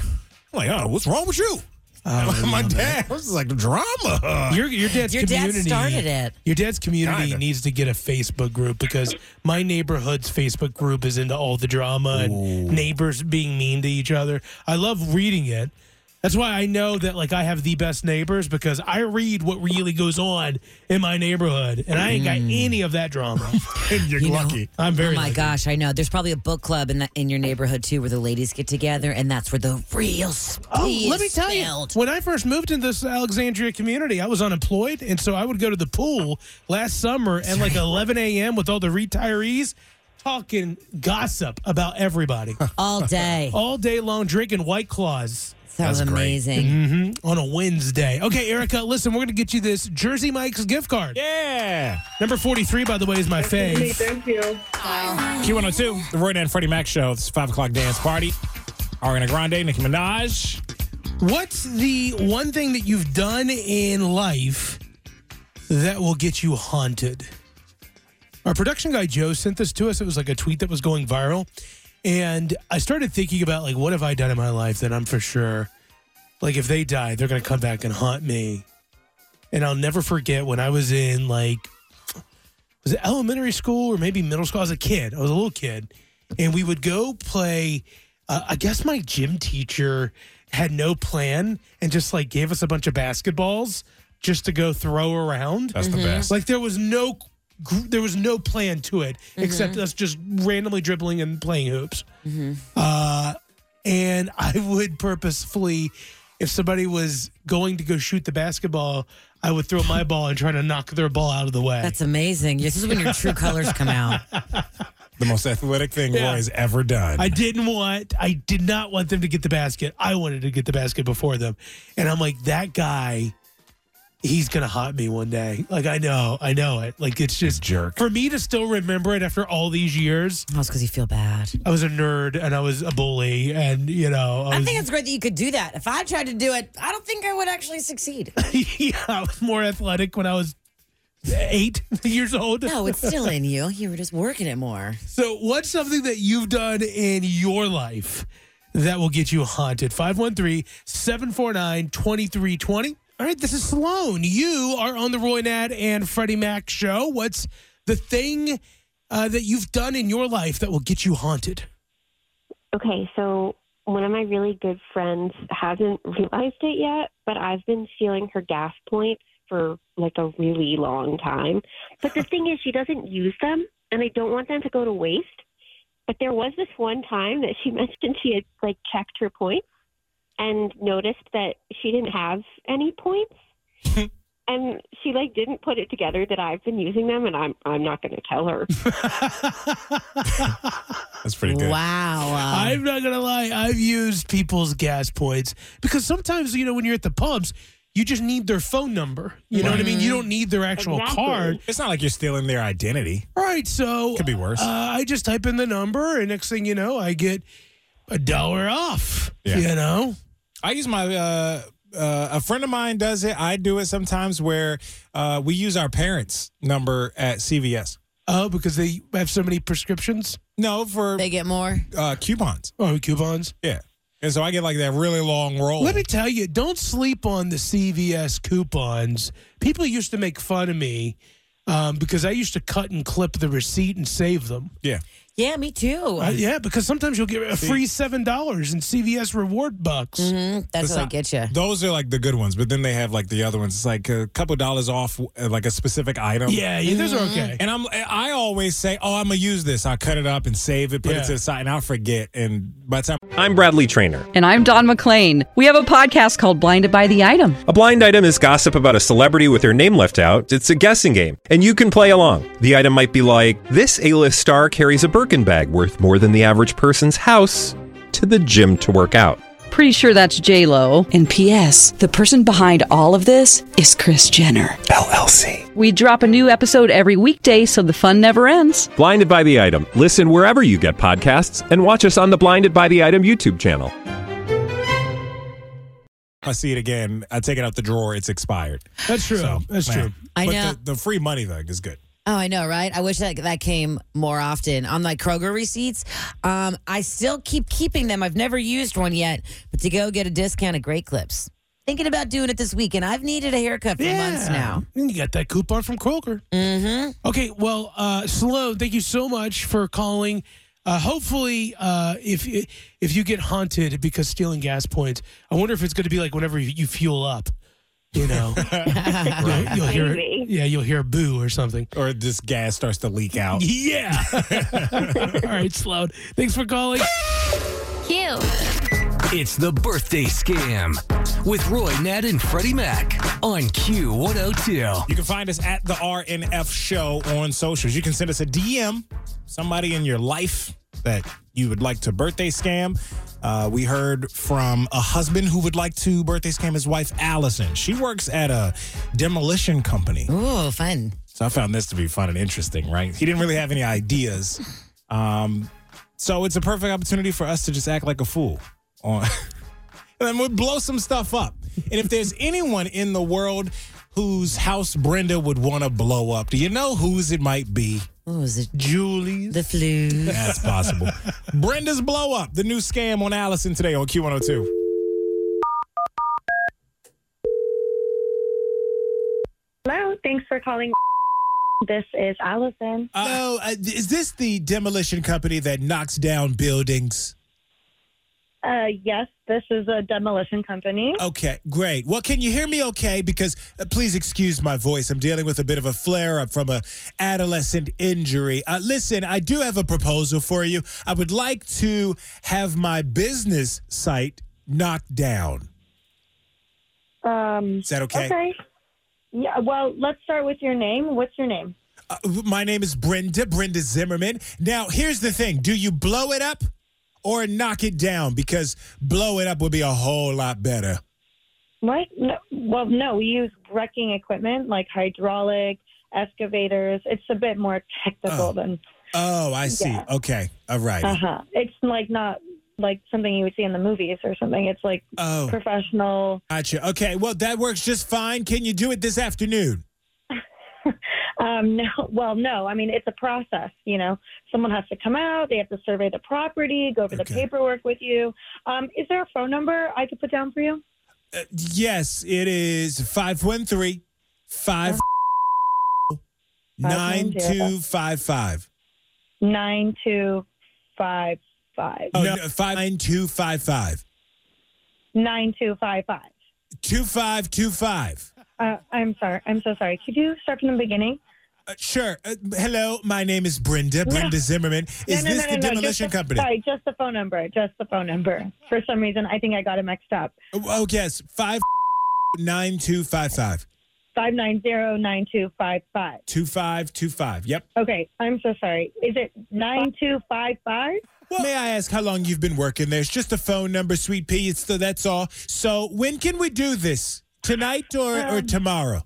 Speaker 4: I'm like, oh, what's wrong with you? my dad was like drama.
Speaker 2: Your your dad's
Speaker 3: Your dad
Speaker 2: community
Speaker 3: started it.
Speaker 2: Your dad's community
Speaker 4: Kinda.
Speaker 2: needs to get a Facebook group because my neighborhood's Facebook group is into all the drama and neighbors being mean to each other. I love reading it. That's why I know that like I have the best neighbors because I read what really goes on in my neighborhood and I ain't got any of that drama.
Speaker 4: and Mm. you're
Speaker 3: You know-
Speaker 4: lucky.
Speaker 2: I'm very
Speaker 3: oh my
Speaker 2: lucky.
Speaker 3: gosh, I know. There's probably a book club in the, in your neighborhood too, where the ladies get together, and that's where the real tea
Speaker 2: Oh, let
Speaker 3: is
Speaker 2: me tell you,
Speaker 3: spilled.
Speaker 2: when I first moved into this Alexandria community, I was unemployed, and so I would go to the pool last summer and like 11 a.m. with all the retirees, talking gossip about everybody
Speaker 3: all day.
Speaker 2: all day long, drinking White Claws
Speaker 3: Sounds
Speaker 4: great.
Speaker 3: amazing.
Speaker 2: Mm-hmm. on a Wednesday. Okay, Erica, listen, we're gonna get you this Jersey Mike's gift card.
Speaker 4: Yeah.
Speaker 2: Number 43, by the way, is my fave.
Speaker 7: Thank you.
Speaker 4: Q102, the Roy and Freddie Mac Show. It's 5 o'clock dance party. Ariana Grande, Nicki Minaj.
Speaker 2: What's the one thing that you've done in life that will get you haunted? Our production guy Joe sent this to us. It was like a tweet that was going viral. And I started thinking about like what have I done in my life that I'm for sure like if they die, they're gonna come back and haunt me. And I'll never forget when I was in like was it elementary school or maybe middle school? I was a kid. I was a little kid, and we would go play. Uh, I guess my gym teacher had no plan and just like gave us a bunch of basketballs just to go throw around.
Speaker 4: That's
Speaker 3: Mm-hmm.
Speaker 4: the best.
Speaker 2: Like there was no gr- there was no plan to it except us just randomly dribbling and playing hoops. Uh, and I would purposefully, if somebody was going to go shoot the basketball, I would throw my ball and try to knock their ball out of the way.
Speaker 3: That's amazing. This is when your true colors come out.
Speaker 4: The most athletic thing
Speaker 2: Yeah.
Speaker 4: Roy's ever done.
Speaker 2: I didn't want, I did not want them to get the basket. I wanted to get the basket before them. And I'm like, that guy, he's going to haunt me one day. Like, I know, I know it. Like, it's just
Speaker 4: Jerk.
Speaker 2: For me to still remember it after all these years,
Speaker 3: Oh, it's because you feel bad.
Speaker 2: I was a nerd and I was a bully. And, you know, I
Speaker 3: I
Speaker 2: was,
Speaker 3: think it's great that you could do that. If I tried to do it, I don't think I would actually succeed.
Speaker 2: yeah, I was more athletic when I was eight years old.
Speaker 3: No, it's still in you. You were just working it more.
Speaker 2: So, what's something that you've done in your life that will get you haunted? 513 749 2320. All right, this is Sloan. You are on the Roy Nat and Freddie Mac show. What's the thing uh, that you've done in your life that will get you haunted?
Speaker 8: Okay, so one of my really good friends hasn't realized it yet, but I've been stealing her gas points for like a really long time. But the thing is, she doesn't use them, and I don't want them to go to waste. But there was this one time that she mentioned she had like checked her points and noticed that she didn't have any points. And she like didn't put it together that I've been using them, and I'm I'm not going to tell her.
Speaker 4: That's pretty good.
Speaker 3: Wow.
Speaker 2: I'm not gonna lie. I've used people's gas points because sometimes you know when you're at the pumps, You just need their phone number. You know what I mean? You don't need their actual
Speaker 8: Exactly.
Speaker 2: card.
Speaker 4: It's not like you're stealing their identity.
Speaker 2: All right, so
Speaker 4: Could be worse.
Speaker 2: Uh, I just type in the number, and next thing you know, I get a dollar off.
Speaker 4: Yeah.
Speaker 2: You know,
Speaker 4: I use my uh, uh, a friend of mine does it. I do it sometimes where uh, we use our parents' number at CVS.
Speaker 2: oh, because they have so many prescriptions,
Speaker 4: No, for
Speaker 3: Um, They get more.
Speaker 4: uh, coupons.
Speaker 2: oh, coupons.
Speaker 4: Yeah, and so I get like that really long roll.
Speaker 2: Let me tell you, don't sleep on the CVS coupons. People used to make fun of me um, because I used to cut and clip the receipt and save them.
Speaker 4: yeah,
Speaker 3: Yeah, me too.
Speaker 2: Uh, yeah, because sometimes you'll get a free seven dollars in CVS reward bucks.
Speaker 3: Mhm, That's what I get you.
Speaker 4: those are like the good ones, but then they have like the other ones. It's like a couple dollars off, uh, like a specific item.
Speaker 2: Yeah, yeah, those are okay.
Speaker 4: And I'm I always say, oh, I'm gonna use this. I cut it up and save it, put
Speaker 2: Yeah.
Speaker 4: it to the side, and I'll forget. And by the time
Speaker 1: I'm Bradley Trainer.
Speaker 9: And I'm Don McClain. We have a podcast called Blinded by the Item.
Speaker 1: A blind item is gossip about a celebrity with their name left out. It's a guessing game, and you can play along. The item might be like this: A-list star carries a Birkin bag worth more than the average person's house to the gym to work out.
Speaker 9: Pretty sure that's J Lo. And P.S. The person behind all of this is Chris Jenner LLC. We drop a new episode every weekday, so the fun never ends.
Speaker 1: Blinded by the item. Listen wherever you get podcasts, and watch us on the Blinded by the Item YouTube channel.
Speaker 4: I see it again, I take it out the drawer. It's expired.
Speaker 2: That's true.
Speaker 4: So,
Speaker 2: That's
Speaker 4: man.
Speaker 2: true.
Speaker 3: I
Speaker 4: but
Speaker 3: know.
Speaker 4: The, the free money though is good.
Speaker 3: Oh, I know, right? I wish that that came more often on my Kroger receipts. Um, I still keep keeping them. I've never used one yet, but to go get a discount at Great Clips. Thinking about doing it this weekend. I've needed a haircut for months now.
Speaker 2: And you got that coupon from Kroger.
Speaker 3: Mm-hmm.
Speaker 2: Okay, well, uh, Sloan, thank you so much for calling. Uh, hopefully, uh, if if you get haunted because stealing gas points, I wonder if it's going to be like whenever you- you fuel up, you know, you'll, you'll hear,
Speaker 8: Maybe.
Speaker 2: yeah, you'll hear a boo or something.
Speaker 4: Or this gas starts to leak out.
Speaker 2: Yeah. All right, Sloan, thanks for calling.
Speaker 10: Cute.
Speaker 1: It's the birthday scam with Roy, Nat, and Freddie Mac on Q102.
Speaker 4: You can find us at the RNF Show on socials. You can send us a DM, somebody in your life that you would like to birthday scam. Uh, we heard from a husband who would like to birthday scam his wife, Allison. She works at a demolition company.
Speaker 3: Ooh, fun.
Speaker 4: So I found this to be fun and interesting, right? He didn't really have any ideas. Um, so it's a perfect opportunity for us to just act like a fool. On and then we'll blow some stuff up. And if there's anyone in the world whose house Brenda would want to blow up, do you know whose it might be?
Speaker 3: What was it?
Speaker 4: Julie's.
Speaker 3: The flu.
Speaker 4: That's possible. Brenda's blow up, the new scam on Allison today on Q102.
Speaker 6: Hello, thanks for calling. This is Allison.
Speaker 4: Uh, so, uh, is this the demolition company that knocks down buildings?
Speaker 6: Uh, yes, this is a demolition company.
Speaker 4: Okay, great. Well, can you hear me okay? Because uh, please excuse my voice. I'm dealing with a bit of a flare up from a adolescent injury. Uh, listen, I do have a proposal for you. I would like to have my business site knocked down.
Speaker 6: Um,
Speaker 4: Is that okay?
Speaker 6: Yeah, well, let's start with your name. What's your name?
Speaker 4: Uh, my name is Brenda, Brenda Zimmerman. Now, here's the thing do you blow it up or knock it down? Because blow it up would be a whole lot better.
Speaker 6: What? No, well, no, we use wrecking equipment like hydraulic excavators. It's a bit more technical
Speaker 4: Oh.
Speaker 6: than.
Speaker 4: Oh, I see.
Speaker 6: Yeah.
Speaker 4: Okay. All right.
Speaker 10: Uh-huh.
Speaker 6: Uh huh. It's like not like something you would see in the movies or something. It's like
Speaker 4: Oh.
Speaker 6: professional.
Speaker 4: Gotcha. Okay. Well, that works just fine. Can you do it this afternoon?
Speaker 6: Um, no, well, no. I mean, it's a process. You know, someone has to come out. They have to survey the property, go over the
Speaker 4: Okay.
Speaker 6: paperwork with you. Um, is there a phone number I could put down for you?
Speaker 4: Uh, yes, it is 513 5 9255.
Speaker 6: Nine two five five.
Speaker 4: Oh, no, 59255.
Speaker 6: Nine two five five.
Speaker 4: 2525.
Speaker 6: Uh, I'm sorry. I'm so sorry. Could you start from the beginning?
Speaker 4: Uh, sure. Uh, hello, my name is Brenda, Brenda Zimmerman. Is this the demolition
Speaker 6: just the-
Speaker 4: company?
Speaker 6: Sorry, just the phone number. Just the phone number. For some reason, I think I got it mixed up.
Speaker 4: Oh, oh, yes, 59255.
Speaker 6: Five nine zero nine two five five.
Speaker 4: 2525. Yep.
Speaker 6: Okay, I'm so sorry. Is it nine two five five?
Speaker 4: May I ask how long you've been working there? It's just a phone number, sweet pea. It's the, that's all. So when can we do this? Tonight or, or
Speaker 10: Um,
Speaker 4: tomorrow?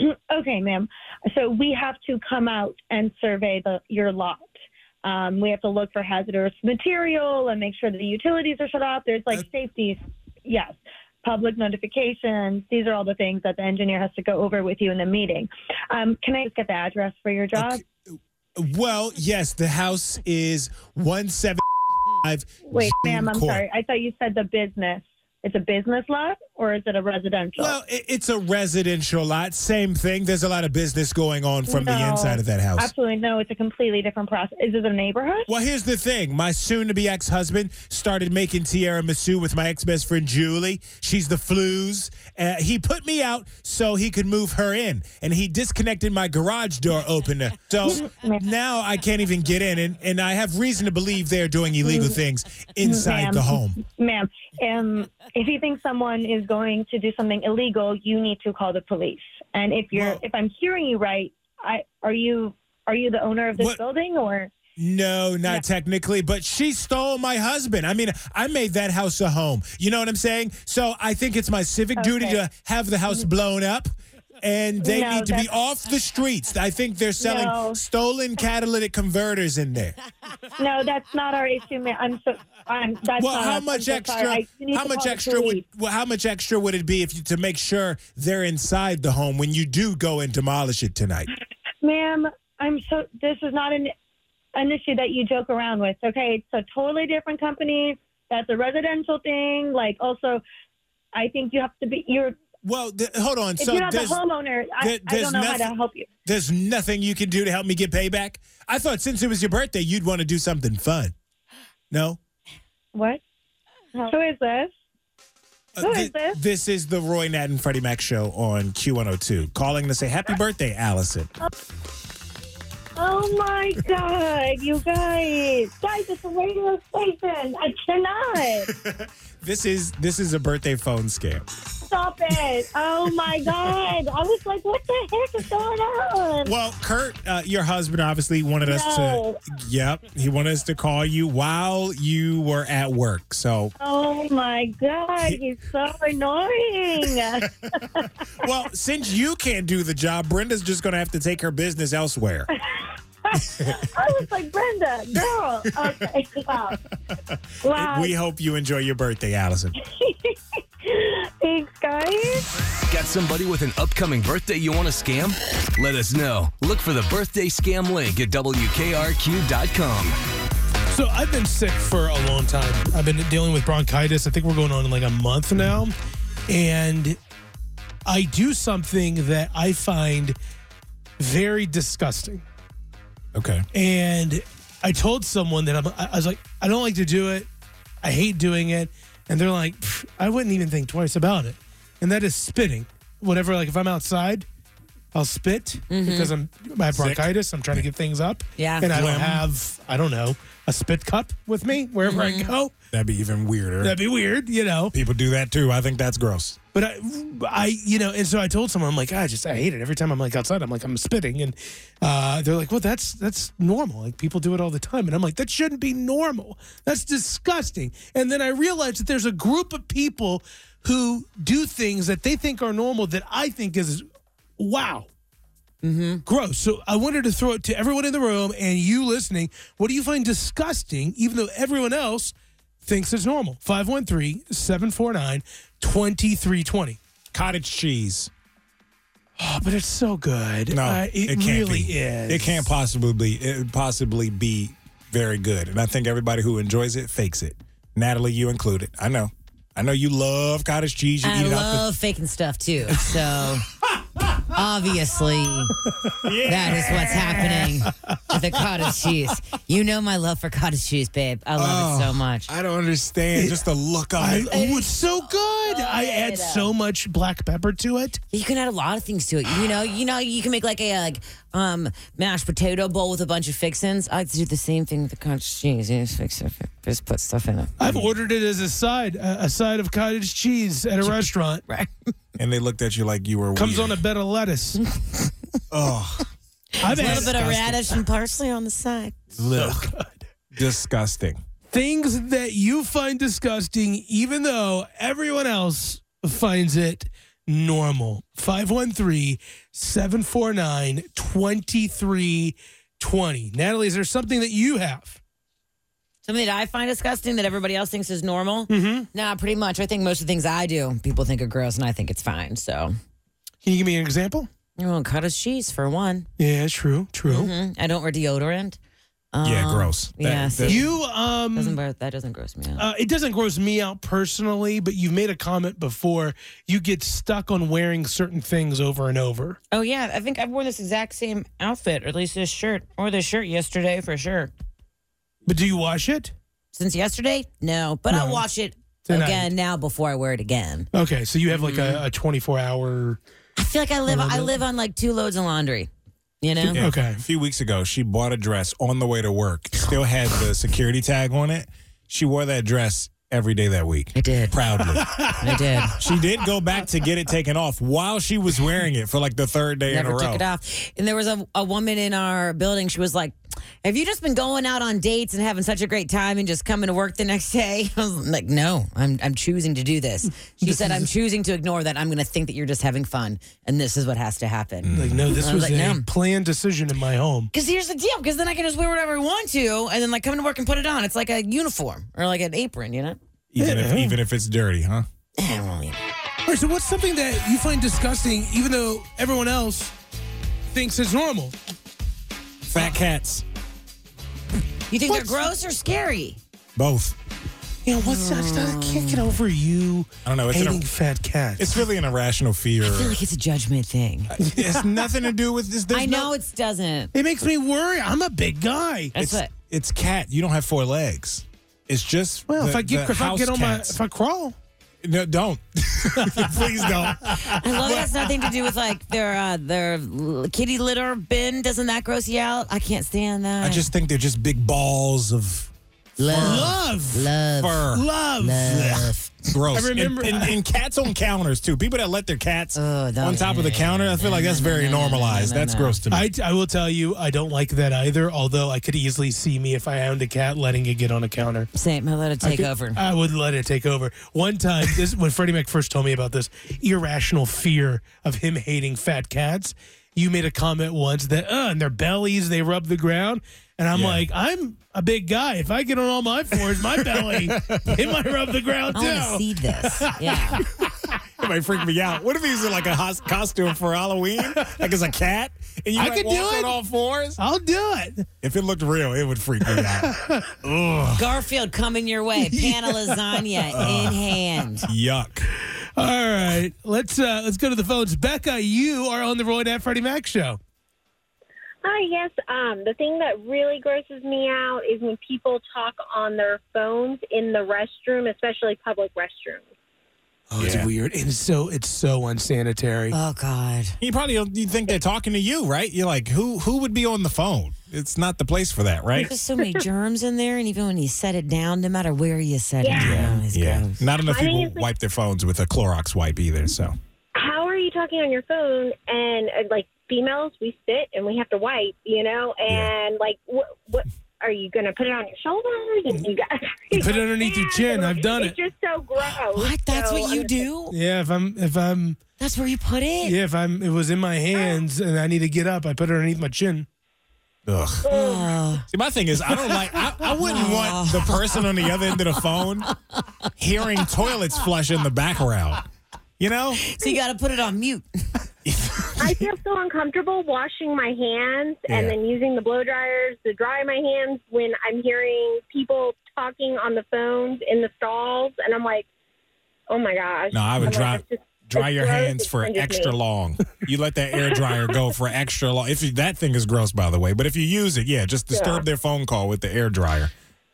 Speaker 10: Okay, ma'am. So we have to come out and survey the, your lot. Um, we have to look for hazardous material and make sure that the utilities are shut off. There's like safety, yes, public notifications. These are all the things that the engineer has to go over with you in the meeting. Um, can I just get the address for your job?
Speaker 4: Well, yes, the house is 175.
Speaker 10: Wait, ma'am, I'm
Speaker 4: Court.
Speaker 10: sorry. I thought you said the business. It's a business lot or is it a residential?
Speaker 4: Well, i- it's a residential lot. Same thing. There's a lot of business going on from the
Speaker 10: No,
Speaker 4: inside of that house.
Speaker 10: Absolutely no. It's a completely different process. Is it a neighborhood?
Speaker 4: Well, here's the thing. My soon to be ex husband started making tiramisu with my ex best friend Julie. She's the flues. Uh, he put me out so he could move her in, and he disconnected my garage door opener. So now I can't even get in, and, and I have reason to believe they're doing illegal things inside
Speaker 10: Ma'am.
Speaker 4: the home.
Speaker 10: Ma'am, um, if you think someone is going to do something illegal, you need to call the police. And if you're, if I'm hearing you right, I are you are you the owner of this building or?
Speaker 4: No, not technically, but she stole my husband. I mean, I made that house a home. You know what I'm saying? So I think it's my civic duty
Speaker 10: Okay.
Speaker 4: to have the house blown up. And they
Speaker 10: No,
Speaker 4: need to be
Speaker 10: that's-
Speaker 4: off the streets. I think they're selling
Speaker 10: No.
Speaker 4: stolen catalytic converters in there.
Speaker 10: No, that's not our issue, ma'am. I'm so. I'm. That's
Speaker 4: well,
Speaker 10: not
Speaker 4: how
Speaker 10: us. I'm
Speaker 4: much
Speaker 10: so
Speaker 4: extra?
Speaker 10: sorry. I- you need
Speaker 4: how
Speaker 10: to
Speaker 4: much
Speaker 10: call the
Speaker 4: extra would?
Speaker 10: police.
Speaker 4: Well, how much extra would it be if you to make sure they're inside the home when you do go and demolish it tonight?
Speaker 10: Ma'am, I'm so. This is not an an issue that you joke around with. Okay, it's a totally different company. That's a residential thing. Like also, I think you have to be. You're.
Speaker 4: Well, th- hold on.
Speaker 10: If
Speaker 4: so
Speaker 10: you're not the
Speaker 4: there's-
Speaker 10: homeowner, I,
Speaker 4: there-
Speaker 10: I
Speaker 4: there's
Speaker 10: don't know how to
Speaker 4: nothing-
Speaker 10: help you.
Speaker 4: There's nothing you can do to help me get payback. I thought since it was your birthday, you'd want to do something fun. No,
Speaker 10: What? Who is this? Who is this?
Speaker 4: this is Uh, the Roy Nat and Freddie Mac show on Q102. Calling to say happy birthday, Allison.
Speaker 10: Oh my God, you guys. Guys, it's a radio station. I cannot.
Speaker 4: This is this is a birthday phone scam.
Speaker 10: Stop it. Oh my God. I was like, what the heck is going on?
Speaker 4: Well, Kurt, uh, your husband obviously wanted us
Speaker 10: No.
Speaker 4: to. Yep, he wanted us to call you while you were at work. So,
Speaker 10: Oh my God, he's so annoying.
Speaker 4: well, since you can't do the job, Brenda's just going to have to take her business elsewhere.
Speaker 10: I was like, Brenda, girl. Okay, wow. Wow.
Speaker 4: We hope you enjoy your birthday, Allison.
Speaker 10: Thanks, guys.
Speaker 11: Got somebody with an upcoming birthday you want to scam? Let us know. Look for the birthday scam link at WKRQ.com.
Speaker 2: So I've been sick for a long time. I've been dealing with bronchitis. I think we're going on like a month now. And I do something that I find very disgusting.
Speaker 4: Okay.
Speaker 2: And I told someone that I'm, I I was like, I don't like to do it. I hate doing it. And they're like, "Pff, I wouldn't even think twice about it. And that is spitting. Whatever, like if I'm outside, I'll spit
Speaker 12: Mhm.
Speaker 2: because I'm I have
Speaker 12: Sick.
Speaker 2: bronchitis. I'm trying to get things up.
Speaker 12: Yeah.
Speaker 2: And I don't
Speaker 12: Phlegm.
Speaker 2: have, I don't know, a spit cup with me wherever I go.
Speaker 4: That'd be even weirder.
Speaker 2: That'd be weird, you know.
Speaker 4: People do that too. I think that's gross.
Speaker 2: But I, I, you know, and so I told someone, I'm like, "Ah, I just, I hate it. Every time I'm like outside, I'm like, I'm spitting. And uh, they're like, well, that's, that's normal. Like people do it all the time. And I'm like, that shouldn't be normal. That's disgusting. And then I realized that there's a group of people who do things that they think are normal that I think is, wow. Gross. So I wanted to throw it to everyone in the room and you listening. What do you find disgusting, even though everyone else thinks it's normal? 513 749 2320.
Speaker 4: Cottage cheese.
Speaker 2: Oh, but it's so good.
Speaker 4: No,
Speaker 2: Uh,
Speaker 4: it,
Speaker 2: it,
Speaker 4: can't
Speaker 2: really
Speaker 4: be.
Speaker 2: is.
Speaker 4: It can't possibly it possibly be very good. And I think everybody who enjoys it fakes it. Natalie, you included. I know. I know you love cottage cheese. You
Speaker 3: I
Speaker 4: eat it
Speaker 3: love faking stuff too. So obviously, that is what's happening to the cottage cheese. You know my love for cottage cheese, babe. I love it so much.
Speaker 4: I don't understand. Just the look of
Speaker 2: I-
Speaker 4: it.
Speaker 2: oh, it's so good. I add so much black pepper to it.
Speaker 3: You can add a lot of things to it. You know, you know, you can make like a like, um mashed potato bowl with a bunch of fixins. I like to do the same thing with the cottage cheese. You just fix it, just put stuff in it.
Speaker 2: I've ordered it as a side, a a side of cottage cheese at a restaurant.
Speaker 3: Right.
Speaker 4: And they looked at you like you were
Speaker 2: Comes
Speaker 4: weird.
Speaker 2: on a bed of lettuce.
Speaker 4: oh,
Speaker 2: I've
Speaker 3: a little
Speaker 2: asked-
Speaker 3: bit of radish and parsley on the side.
Speaker 4: look. Disgusting.
Speaker 2: things that you find disgusting, even though everyone else finds it normal. 513 749 2320. Natalie, is there something that you have?
Speaker 3: Something that I find disgusting that everybody else thinks is normal. Mm-hmm. Nah, pretty much. I think most of the things I do, people think are gross, and I think it's fine. So,
Speaker 2: can you give me an example?
Speaker 3: You won't cut his cheese for one.
Speaker 2: Yeah, true, true.
Speaker 3: Mhm. I don't wear deodorant. Um,
Speaker 4: Yeah, gross. That-
Speaker 3: yeah,
Speaker 4: that-
Speaker 3: see?
Speaker 2: You, um,
Speaker 3: doesn't, bur- that doesn't gross me out.
Speaker 2: Uh, it doesn't gross me out personally, but you've made a comment before. You get stuck on wearing certain things over and over.
Speaker 3: Oh yeah, I think I've worn this exact same outfit, or at least this shirt, or this shirt yesterday for sure.
Speaker 2: But do you wash it?
Speaker 3: Since yesterday? No, but I'll wash it
Speaker 2: Tonight.
Speaker 3: again now before I wear it again.
Speaker 2: Okay, so you have like a, a 24 hour.
Speaker 3: I feel like I live I live on like two loads of laundry. You
Speaker 2: Uh-huh.
Speaker 3: know?
Speaker 4: Yeah. A few weeks ago, she bought a dress on the way to work. Still had the security tag on it. She wore that dress every day that week. I
Speaker 3: did.
Speaker 4: Proudly.
Speaker 3: I did.
Speaker 4: She did go back to get it taken off while she was wearing it for like the third day
Speaker 3: Never
Speaker 4: in a row.
Speaker 3: took it off. And there was a, a woman in our building. She was like, Have you just been going out on dates and having such a great time and just coming to work the next day? I was like, No, I'm, I'm choosing to do this. She said, I'm choosing to ignore that. I'm going to think that you're just having fun. And this is what has to happen.
Speaker 2: Mm. Like, no, this
Speaker 3: I was
Speaker 2: was,
Speaker 3: like,
Speaker 2: a
Speaker 3: no.
Speaker 2: planned decision in my home.
Speaker 3: Because here's the deal. Because then I can just wear whatever I want to, and then like come to work and put it on. It's like a uniform or like an apron, you know.
Speaker 4: Even, if, even if it's dirty, huh?
Speaker 2: All right, so what's something that you find disgusting, even though everyone else thinks is normal?
Speaker 4: Fat cats.
Speaker 3: You think they're gross or scary?
Speaker 4: Both.
Speaker 2: You know, what's that? I can't get over you.
Speaker 4: I don't know. It's an-
Speaker 2: hating fat cats.
Speaker 4: It's really an irrational fear.
Speaker 3: I feel like it's a judgment thing.
Speaker 4: it's nothing to do with this.
Speaker 3: I know it doesn't.
Speaker 2: It makes me worry. I'm a big guy.
Speaker 3: That's
Speaker 4: it's,
Speaker 3: what.
Speaker 4: it's cat. You don't have four legs. It's just
Speaker 2: Well,
Speaker 4: the-
Speaker 2: if I get
Speaker 4: the
Speaker 2: if I
Speaker 4: house
Speaker 2: get on my
Speaker 4: cats.
Speaker 2: if I crawl,
Speaker 4: no, don't. Please don't.
Speaker 3: I love it. Has nothing to do with like their uh, their l- kitty litter bin. Doesn't that gross you out? I can't stand that.
Speaker 4: I just think they're just big balls of
Speaker 2: love,
Speaker 3: love,
Speaker 4: fur.
Speaker 2: love,
Speaker 3: love.
Speaker 4: Gross.
Speaker 2: I remember-
Speaker 4: and, and, and cats on counters too. People that let their cats
Speaker 3: no,
Speaker 4: on top of the counter. I feel like that's very normalized. that's gross to me.
Speaker 2: I, I will tell you, I don't like that either. Although I could easily see me if I owned a cat letting it get on a counter.
Speaker 3: Saint, I let it take
Speaker 2: I could-
Speaker 3: over.
Speaker 2: I would let it take over. One time, this when Freddie Mac first told me about this irrational fear of him hating fat cats. You made a comment once that, uh, and their bellies they rub the ground, and I'm like, I'm a big guy. If I get on all my fours, my belly it might rub the ground
Speaker 3: I
Speaker 2: too.
Speaker 3: want to see this. Yeah.
Speaker 4: it might freak me out. What if he's in like a hos- costume for Halloween, like as a cat, and you
Speaker 2: I
Speaker 4: might
Speaker 2: could do
Speaker 4: walk
Speaker 2: it.
Speaker 4: on all fours?
Speaker 2: I'll do it.
Speaker 4: If it looked real, it would freak me out. Ugh,
Speaker 3: Garfield coming your way. Pan of lasagna
Speaker 4: Oh.
Speaker 3: in hand.
Speaker 4: yuck.
Speaker 2: All right, let's uh, let's go to the phones. Becca, you are on the Roy and Freddie Mac show.
Speaker 12: Hi, yes. Um, the thing that really grosses me out is when people talk on their phones in the restroom, especially public restrooms.
Speaker 2: Oh, it's weird. And it's so it's so unsanitary.
Speaker 3: Oh God.
Speaker 4: You probably you think they're talking to you, right? You're like, who who would be on the phone? It's not the place for that, right?
Speaker 3: There's so many germs in there, and even when you set it down, no matter where you set it down, it's
Speaker 4: Yeah,
Speaker 3: gross.
Speaker 4: not enough
Speaker 12: I think
Speaker 4: people
Speaker 12: it's like-
Speaker 4: wipe their phones with a Clorox wipe either. So
Speaker 12: How are you talking on your phone? And uh, like females, we sit and we have to wipe, you know. And like, what, what are you going to put it on your shoulders? And you got
Speaker 2: Put it underneath your chin. I've done it.
Speaker 12: It's just so gross.
Speaker 3: What? That's
Speaker 12: So
Speaker 3: what you
Speaker 12: I'm-
Speaker 3: do?
Speaker 2: Yeah, if I'm if I'm
Speaker 3: That's where you put it?
Speaker 2: yeah if I'm it was in my hands and I need to get up, I put it underneath my chin.
Speaker 4: Ugh.
Speaker 3: Oh.
Speaker 4: See, my thing is, I don't like. I, I wouldn't want the person on the other end of the phone hearing toilets flush in the background. You know,
Speaker 3: So you got to put it on mute.
Speaker 12: I feel so uncomfortable washing my hands and
Speaker 4: Yeah.
Speaker 12: then using the blow dryers to dry my hands when I'm hearing people talking on the phones in the stalls, and I'm like, oh my gosh.
Speaker 4: No, I would
Speaker 12: I'm like,
Speaker 4: dry-
Speaker 12: it's just-
Speaker 4: dry
Speaker 12: it's
Speaker 4: your
Speaker 12: gross,
Speaker 4: hands
Speaker 12: it's
Speaker 4: for
Speaker 12: offended
Speaker 4: extra
Speaker 12: me.
Speaker 4: long. You let that air dryer go for extra long. If you, that thing is gross, by the way, but if you use it, yeah, just disturb
Speaker 12: Yeah.
Speaker 4: their phone call with the air dryer.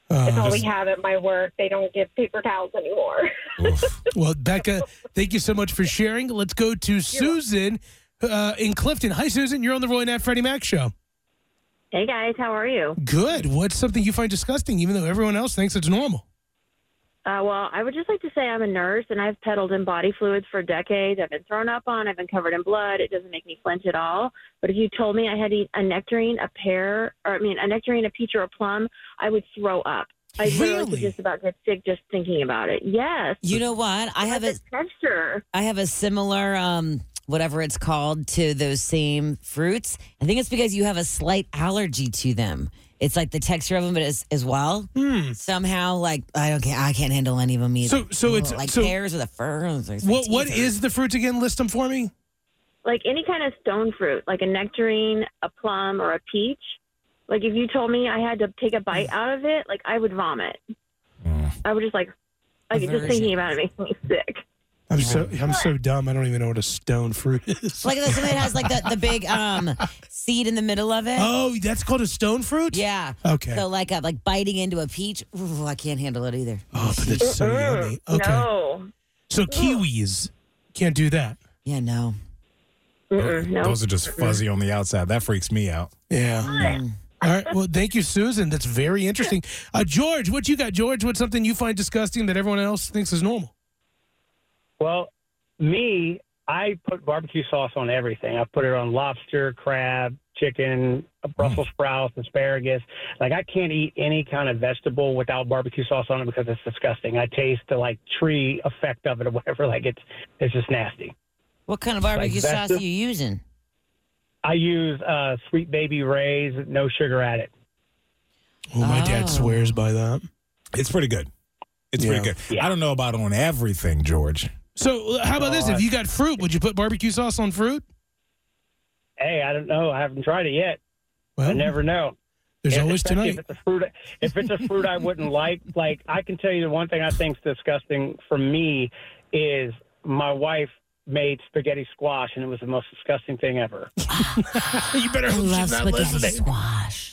Speaker 12: That's all we
Speaker 4: just-
Speaker 12: have at my work. They don't give paper towels anymore.
Speaker 4: Oof.
Speaker 2: Well, Becca, thank you so much for sharing. Let's go to Susan uh, in Clifton. Hi, Susan. You're on the Roy and Freddie Mac show.
Speaker 13: Hey guys, how are you?
Speaker 2: Good. What's something you find disgusting, even though everyone else thinks it's normal?
Speaker 13: Uh, well, I would just like to say I'm a nurse and I've peddled in body fluids for decades. I've been thrown up on, I've been covered in blood. It doesn't make me flinch at all. But if you told me I had to eat a nectarine, a pear, or I mean, a nectarine, a peach, or a plum, I would throw up.
Speaker 1: I literally could just about get sick just thinking about it. Yes.
Speaker 3: You know what? I have a
Speaker 1: texture.
Speaker 3: I have a similar um whatever it's called to those same fruits. I think it's because you have a slight allergy to them. It's like the texture of them as, as well. Somehow, like I don't ca- I can't handle any of them either.
Speaker 2: Hmm. So- so
Speaker 3: Ooh,
Speaker 2: it's-
Speaker 3: like
Speaker 2: so-
Speaker 3: pears or the fir. or
Speaker 2: What what
Speaker 3: teeth or-
Speaker 2: is the fruits again? List them for me.
Speaker 1: Like any kind of stone fruit, like a nectarine, a plum, or a peach. Like if you told me I had to take a bite out of it, like I would vomit.
Speaker 3: Mm.
Speaker 1: I would just like, like just thinking about it makes me sick.
Speaker 2: I'm so I'm so dumb. I don't even know what a stone fruit is.
Speaker 3: Like something that has like the, the big um seed in the middle of it.
Speaker 2: Oh, that's called a stone fruit.
Speaker 3: Yeah.
Speaker 2: Okay.
Speaker 3: So like uh, like biting into a peach. Ooh, I can't handle it either.
Speaker 2: Oh, but it's so yummy. Okay.
Speaker 1: No.
Speaker 2: So kiwis can't do that.
Speaker 3: Yeah, no.
Speaker 2: Oh,
Speaker 1: no.
Speaker 4: Those are just fuzzy on the outside. That freaks me out.
Speaker 2: Yeah. Mm. All right. Well, thank you, Susan. That's very interesting. Uh, George, what you got, George? What's something you find disgusting that everyone else thinks is normal?
Speaker 10: Well, me, I put barbecue sauce on everything. I put it on lobster, crab, chicken, Brussels
Speaker 4: Mm.
Speaker 10: sprouts, asparagus. Like I can't eat any kind of vegetable without barbecue sauce on it because it's disgusting. I taste the like tree effect of it or whatever. Like it's it's just nasty.
Speaker 3: What kind of barbecue
Speaker 10: Like
Speaker 3: sauce
Speaker 10: vegeta-
Speaker 3: are you using?
Speaker 10: I use uh, Sweet Baby Ray's, no sugar added.
Speaker 2: Well, my dad swears by that.
Speaker 4: It's pretty good. It's pretty
Speaker 2: Yeah.
Speaker 4: good. I don't know about on everything, George.
Speaker 2: So, uh, how about this? If you got fruit, would you put barbecue sauce on fruit?
Speaker 10: Hey, I don't know. I haven't tried it yet.
Speaker 2: Well,
Speaker 10: I never know.
Speaker 2: there's
Speaker 10: If-
Speaker 2: Oh. always
Speaker 10: especially
Speaker 2: tonight.
Speaker 10: If it's a fruit, if it's a fruit I wouldn't like, like I can tell you the one thing I think's disgusting for me is my wife made spaghetti squash, and it was the most disgusting thing ever.
Speaker 2: you better
Speaker 3: hope she's not listening. Squash.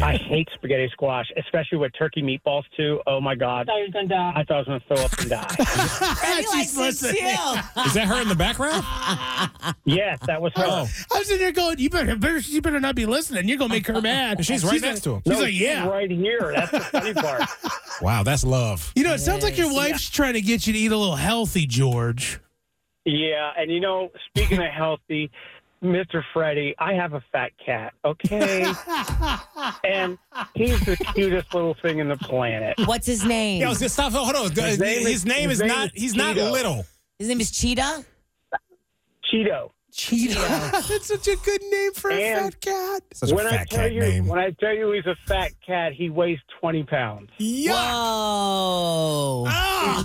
Speaker 10: I hate spaghetti squash, especially with turkey meatballs too. Oh my god! I thought you was gonna die. I was gonna throw up and die.
Speaker 3: Brandy likes to chill.
Speaker 4: Is that her in the background?
Speaker 10: yes, that was
Speaker 2: Oh,
Speaker 10: her.
Speaker 2: I was in there going, "You better, better, you better not be listening. You're gonna make her mad."
Speaker 4: She's right next
Speaker 2: like-
Speaker 4: to him.
Speaker 2: She's
Speaker 4: No,
Speaker 2: like,
Speaker 4: she's
Speaker 2: "Yeah,
Speaker 10: right here." That's the funny part.
Speaker 4: Wow, that's love.
Speaker 2: You know, it sounds like your wife's trying to get you to eat a little healthy, George.
Speaker 10: Yeah, and you know, speaking of healthy, Mr. Freddy, I have a fat cat, okay? and he's the cutest little thing in the planet.
Speaker 3: What's his name?
Speaker 4: Yo, stop. Hold on. His name,
Speaker 10: is- his
Speaker 4: is,
Speaker 10: name
Speaker 4: not.
Speaker 10: is
Speaker 4: he's not
Speaker 10: Cheeto.
Speaker 4: little.
Speaker 3: His name is Cheetah.
Speaker 10: Cheeto.
Speaker 3: Cheeto.
Speaker 2: That's such a good name for
Speaker 10: a fat
Speaker 2: cat.
Speaker 4: Such a
Speaker 10: when I
Speaker 4: fat
Speaker 10: tell
Speaker 4: cat
Speaker 10: you,
Speaker 4: name.
Speaker 10: When I tell you he's a fat cat, he weighs 20 pounds.
Speaker 3: Whoa.
Speaker 2: Ah,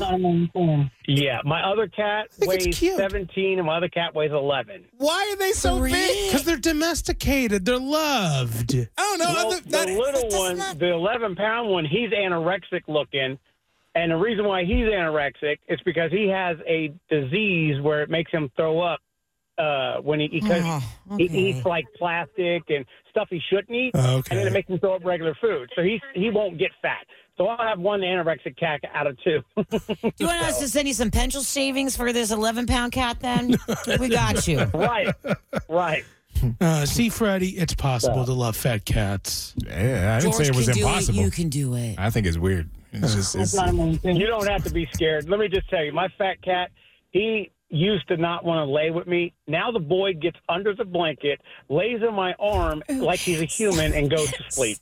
Speaker 10: Yeah, my other cat
Speaker 2: think it's
Speaker 10: weighs
Speaker 2: cute.
Speaker 10: 17 and my other cat weighs 11.
Speaker 4: Why are they so big?
Speaker 2: Because they're domesticated. They're loved.
Speaker 4: I don't know.
Speaker 10: Well,
Speaker 4: other- Oh, that-
Speaker 10: the little one, the 11 pound one, he's anorexic looking. And the reason why he's anorexic is because he has a disease where it makes him throw up uh, when he
Speaker 2: Hmm.
Speaker 10: because he eats like plastic and stuff he shouldn't eat, and then it makes him throw up regular food. So he he won't get fat. So I'll have one anorexic cat out of two.
Speaker 3: Do you want us to send you some pencil shavings for this 11 pound cat then? we got you.
Speaker 10: right, right.
Speaker 2: Uh, see, Freddie, it's possible to love fat cats.
Speaker 4: yeah, I didn't say it was impossible.
Speaker 3: You can do it.
Speaker 4: I think it's weird. It's just. It's,
Speaker 10: You don't have to be scared. Let me just tell you, my fat cat, he used to not want to lay with me. Now the boy gets under the blanket, lays on my arm like he's a human, and goes to sleep.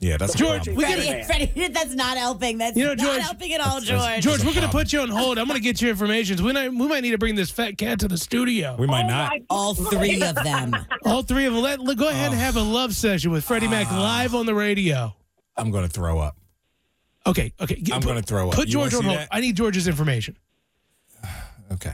Speaker 4: yeah, that's
Speaker 2: George, we
Speaker 3: Freddie,
Speaker 2: gotta,
Speaker 3: Freddie, that's not helping. That's
Speaker 2: You know,
Speaker 3: not
Speaker 2: George-
Speaker 3: helping at all, George.
Speaker 2: George, we're going to put you on hold. I'm going to get your information. We might, we might need to bring this fat cat to the studio.
Speaker 4: we might not.
Speaker 3: all three of them.
Speaker 2: All three of them. Let, let- go ahead and have a love session with Freddie Mac
Speaker 10: Ah.
Speaker 2: live on the radio.
Speaker 4: I'm going to throw up.
Speaker 2: Okay, okay. Get-
Speaker 4: I'm
Speaker 2: put-
Speaker 4: going to throw up.
Speaker 2: Put
Speaker 4: You wanna
Speaker 2: George on
Speaker 4: see
Speaker 2: hold.
Speaker 4: that?
Speaker 2: I need George's information.
Speaker 4: Okay.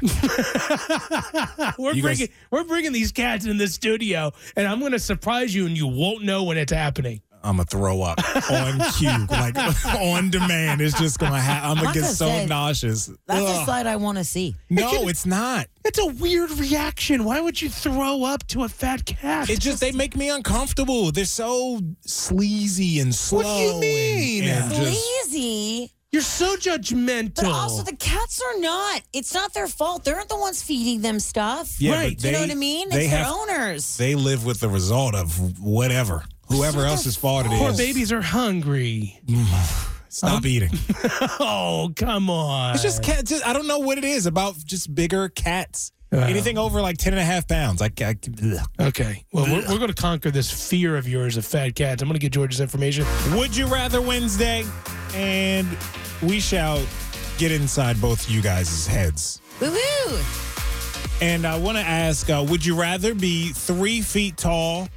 Speaker 2: we're
Speaker 4: You guys-
Speaker 2: bringing we're bringing these cats in the studio, and I'm going to surprise you, and you won't know when it's happening.
Speaker 4: I'm gonna throw up on cue, like on demand. It's just gonna happen. I'm
Speaker 3: That's
Speaker 4: gonna get
Speaker 3: what I
Speaker 4: so
Speaker 3: said.
Speaker 4: nauseous.
Speaker 3: That's a
Speaker 4: Ugh.
Speaker 3: slide I want to see.
Speaker 4: no, it's not.
Speaker 2: That's a weird reaction. Why would you throw up to a fat cat?
Speaker 4: It's just they make me uncomfortable. They're so sleazy and slow.
Speaker 2: What do you
Speaker 4: and-
Speaker 2: mean?
Speaker 4: and just-
Speaker 3: Lazy.
Speaker 2: You're so judgmental.
Speaker 3: But also, the cats are not. It's not their fault. They're not the ones feeding them stuff.
Speaker 4: Yeah, but
Speaker 3: right.
Speaker 4: they-
Speaker 3: you know what I mean? It's
Speaker 4: they
Speaker 3: their
Speaker 4: have-
Speaker 3: owners.
Speaker 4: they live with the result of whatever, whoever else's fault it is.
Speaker 2: Poor babies are hungry.
Speaker 4: Stop eating.
Speaker 2: oh, come on.
Speaker 4: It's just cats. I don't know what it is about just bigger cats Anything over like 10 and a half pounds. I, I,
Speaker 2: okay. Well, we're, we're going to conquer this fear of yours of fat cats. I'm going to get George's information.
Speaker 4: Would you rather Wednesday? And we shall get inside both you guys' heads.
Speaker 3: Woo woo.
Speaker 4: And I want to ask uh, would you rather be three feet tall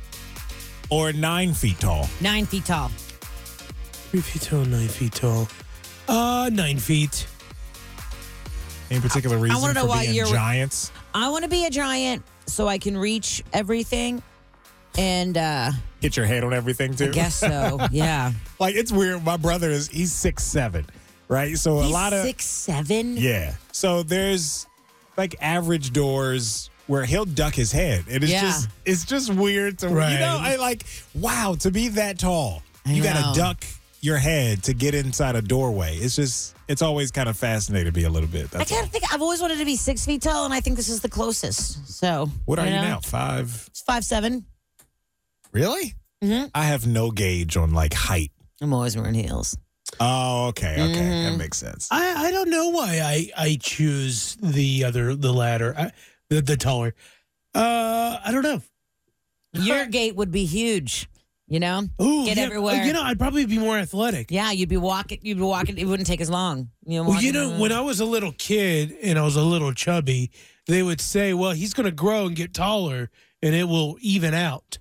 Speaker 4: or nine feet tall?
Speaker 3: Nine feet tall.
Speaker 2: Three feet tall, nine feet tall. Uh, nine feet.
Speaker 4: Any particular reason
Speaker 3: I want to know
Speaker 4: for
Speaker 3: why
Speaker 4: being
Speaker 3: you're
Speaker 4: giants?
Speaker 3: I want to be a giant so I can reach everything, and uh
Speaker 4: Hit your head on everything too.
Speaker 3: I guess so, yeah.
Speaker 4: like it's weird. My brother is he's six seven, right? So a
Speaker 3: he's
Speaker 4: lot of
Speaker 3: six seven.
Speaker 4: Yeah. So there's like average doors where he'll duck his head. And it's
Speaker 3: Yeah.
Speaker 4: just it's just weird to you
Speaker 2: Right.
Speaker 4: know, I like wow, to be that tall,
Speaker 2: I
Speaker 4: you
Speaker 2: know.
Speaker 4: gotta duck your head to get inside a doorway. It's just it's always kind of fascinated me a little bit.
Speaker 3: I
Speaker 4: That's
Speaker 3: kind of think I've always wanted to be six feet tall, and I think this is the closest. So
Speaker 4: What are you
Speaker 3: know?
Speaker 4: now? Five
Speaker 3: It's five seven.
Speaker 4: really?
Speaker 3: Mm-hmm.
Speaker 4: I have no gauge on like height.
Speaker 3: I'm always wearing heels.
Speaker 4: Oh, okay, okay. That
Speaker 2: Mhm.
Speaker 4: makes sense.
Speaker 2: I, I don't know why I, I choose the other the latter I, the the taller. Uh, I don't know.
Speaker 3: Your gait would be huge. You know,
Speaker 2: Ooh,
Speaker 3: get
Speaker 2: yeah. uh,
Speaker 3: everywhere.
Speaker 2: You know, I'd probably be more athletic.
Speaker 3: yeah, you'd be walking. You'd be walking. It wouldn't take as long. You know,
Speaker 2: Well, you
Speaker 3: walking
Speaker 2: know,
Speaker 3: around.
Speaker 2: when I was a little kid and I was a little chubby, they would say, "Well, he's going to grow and get taller, and it will even out."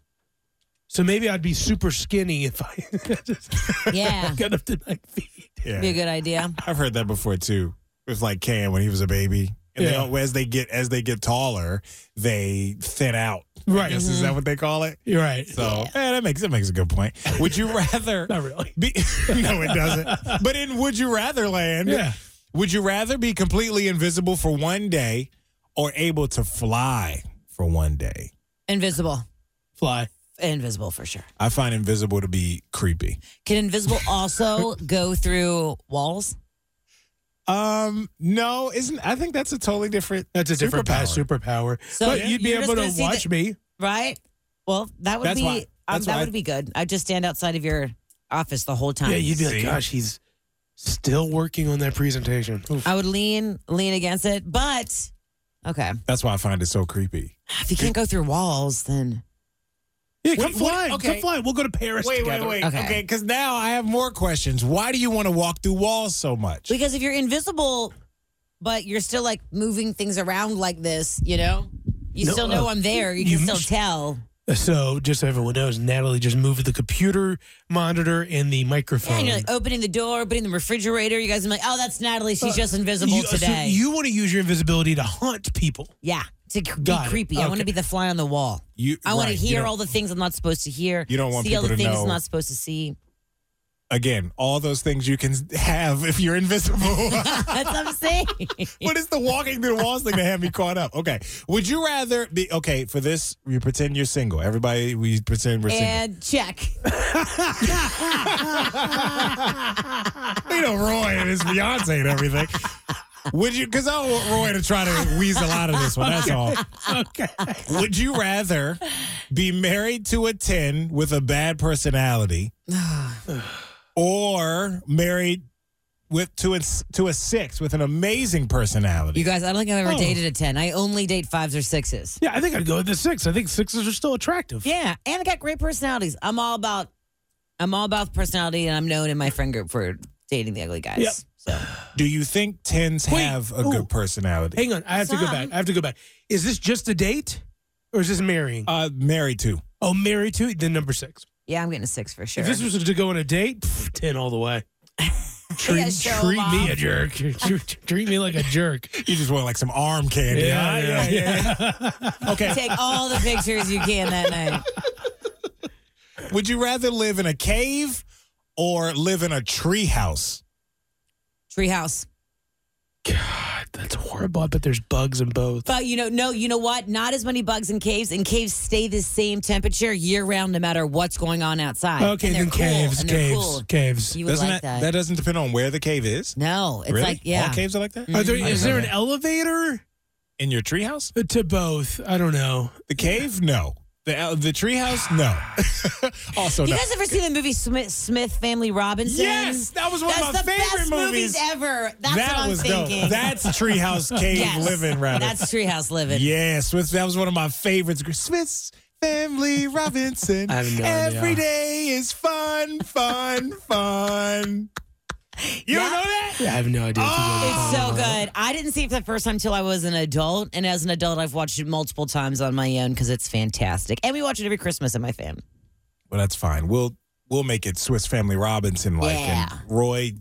Speaker 2: So maybe I'd be super skinny if I
Speaker 3: yeah,
Speaker 2: got up to nine feet.
Speaker 4: Yeah.
Speaker 3: be a good idea.
Speaker 4: I've heard that before too. It was like Cam when he was a baby. And they
Speaker 2: Yeah.
Speaker 4: all as they get as they get taller, they thin out. I
Speaker 2: Right. Mm-hmm.
Speaker 4: guess is that what they call it?
Speaker 2: You're right.
Speaker 4: So eh, that makes that makes a good point. Would you rather?
Speaker 2: Not really.
Speaker 4: Be, no, it doesn't. But in Would You Rather Land,
Speaker 2: Yeah.
Speaker 4: would you rather be completely invisible for one day or able to fly for one day?
Speaker 3: Invisible,
Speaker 2: Fly.
Speaker 3: invisible for sure.
Speaker 4: I find invisible to be creepy.
Speaker 3: Can invisible also go through walls?
Speaker 4: Um, no, isn't I think that's a totally different.
Speaker 2: That's a different past superpower.
Speaker 3: So
Speaker 2: but you'd be
Speaker 3: you're just
Speaker 2: able
Speaker 3: gonna
Speaker 2: to
Speaker 3: see
Speaker 2: watch
Speaker 3: the-
Speaker 2: me.
Speaker 3: Right. Well, that would
Speaker 2: That's
Speaker 3: be
Speaker 2: why-
Speaker 3: um,
Speaker 2: that's
Speaker 3: that
Speaker 2: why-
Speaker 3: would be good. I'd just stand outside of your office the whole time.
Speaker 2: Yeah, you'd be like, gosh, he's still working on that presentation. Oof.
Speaker 3: I would lean lean against it, but okay.
Speaker 4: That's why I find it so creepy.
Speaker 3: If you can't go through walls, then
Speaker 2: Yeah,
Speaker 4: What-
Speaker 2: come
Speaker 4: what-
Speaker 2: fly.
Speaker 4: okay.
Speaker 2: Come fly. We'll go to Paris
Speaker 4: Wait, wait,
Speaker 2: together.
Speaker 4: wait.
Speaker 3: Okay.
Speaker 4: Okay, because now I have more questions. Why do you want to walk through walls so much?
Speaker 3: because if you're invisible, but you're still like moving things around like this, you know, you
Speaker 2: No,
Speaker 3: still know
Speaker 2: uh,
Speaker 3: I'm there. You
Speaker 2: you
Speaker 3: can still
Speaker 2: must-
Speaker 3: tell.
Speaker 2: So, just so everyone knows, Natalie just moved the computer monitor and the
Speaker 3: Yeah,
Speaker 2: microphone.
Speaker 3: and you're like opening the door, opening the refrigerator. You guys are like, oh, that's Natalie. She's
Speaker 2: Uh,
Speaker 3: just invisible
Speaker 2: you, so
Speaker 3: today.
Speaker 2: you want to use your invisibility to haunt people.
Speaker 3: yeah, to c- be
Speaker 2: Got it.
Speaker 3: creepy. I want to
Speaker 2: Okay.
Speaker 3: be the fly on the wall.
Speaker 4: You,
Speaker 3: I want
Speaker 4: right,
Speaker 3: to
Speaker 4: you
Speaker 3: hear
Speaker 4: don't-
Speaker 3: all the things I'm not supposed to hear.
Speaker 4: You don't want
Speaker 3: see all the
Speaker 4: people to
Speaker 3: things
Speaker 4: know.
Speaker 3: I'm not supposed to see.
Speaker 4: Again, all those things you can have if you're invisible.
Speaker 3: That's what I'm saying.
Speaker 4: what is the walking through the walls thing that had me caught up? Okay. Would you rather be okay for this? You pretend you're single. Everybody, we pretend we're
Speaker 3: and check.
Speaker 4: single. You know, Roy and his fiance and everything. Would you? Because I don't want Roy to try to weasel out of this one. That's all.
Speaker 3: Oh.
Speaker 2: okay.
Speaker 4: Would you rather be married to a 10 with a bad personality or married with to a, to a 6 with an amazing personality?
Speaker 3: You guys, I don't think I've ever
Speaker 4: Oh.
Speaker 3: dated a 10. I only date fives or sixes.
Speaker 2: Yeah, I think I'd go with the six. I think sixes are still attractive.
Speaker 3: Yeah, and I got great personalities. I'm all about I'm all about personality and I'm known in my friend group for dating the ugly guys.
Speaker 2: Yep.
Speaker 3: So
Speaker 4: Do you think 10s
Speaker 2: Wait,
Speaker 4: have a
Speaker 2: ooh.
Speaker 4: good personality?
Speaker 2: Hang on. I have to go
Speaker 3: Some.
Speaker 2: back. I have to go back. Is this just a date or is this marrying?
Speaker 4: Uh, married to.
Speaker 2: oh, married to? Then number six.
Speaker 3: yeah, I'm getting a six for sure.
Speaker 2: If this was to go on a date, pff, 10 all the way. Treat,
Speaker 3: show
Speaker 2: treat me
Speaker 3: off.
Speaker 2: a jerk. Treat treat me like a jerk.
Speaker 4: You just want like some arm candy. huh?
Speaker 2: Yeah,
Speaker 4: Okay.
Speaker 3: Take all the pictures you can that night.
Speaker 4: Would you rather live in a cave or live in a tree house?
Speaker 3: Treehouse.
Speaker 2: God, that's horrible. But there's bugs in both.
Speaker 3: But you know, no, you know what? Not as many bugs in caves, and caves stay the same temperature year round, no matter what's going on outside.
Speaker 2: Okay,
Speaker 3: and they're
Speaker 2: then
Speaker 3: cool,
Speaker 2: caves,
Speaker 3: and they're
Speaker 2: caves,
Speaker 3: cool.
Speaker 2: caves.
Speaker 3: You would
Speaker 4: doesn't
Speaker 3: like that.
Speaker 4: that doesn't depend on where the cave is.
Speaker 3: No, it's
Speaker 4: really?
Speaker 3: like yeah. Mm-hmm.
Speaker 4: All caves are like that?
Speaker 2: Are there,
Speaker 4: I
Speaker 2: is
Speaker 4: didn't know
Speaker 2: there an
Speaker 4: that.
Speaker 2: elevator
Speaker 4: in your treehouse?
Speaker 2: to both? I don't know.
Speaker 4: The cave? No. The uh, the treehouse? No. also,
Speaker 3: you
Speaker 4: no.
Speaker 3: guys ever seen the movie Smith, Smith Family Robinson?
Speaker 4: Yes, that was one
Speaker 3: That's
Speaker 4: of my
Speaker 3: the
Speaker 4: favorite
Speaker 3: best
Speaker 4: movies.
Speaker 3: ever. That's
Speaker 4: that
Speaker 3: what I'm
Speaker 4: was
Speaker 3: thinking.
Speaker 4: dope. That's treehouse cave
Speaker 3: Yes.
Speaker 4: living, right?
Speaker 3: That's treehouse living.
Speaker 4: Yeah, Smith. That was one of my favorites. Smith's Family Robinson.
Speaker 14: I have no idea.
Speaker 4: Every day is fun, fun, fun. You don't know that?
Speaker 14: I have no idea. if you
Speaker 2: Ah!
Speaker 14: guys are
Speaker 3: It's
Speaker 14: talking
Speaker 3: so
Speaker 14: about it.
Speaker 3: good. I didn't see it for the first time till I was an adult, and as an adult, I've watched it multiple times on my own because it's fantastic. And we watch it every Christmas at my family.
Speaker 4: Well, that's fine. We'll we'll make it Swiss Family Robinson like.
Speaker 3: Yeah.
Speaker 4: And Roy,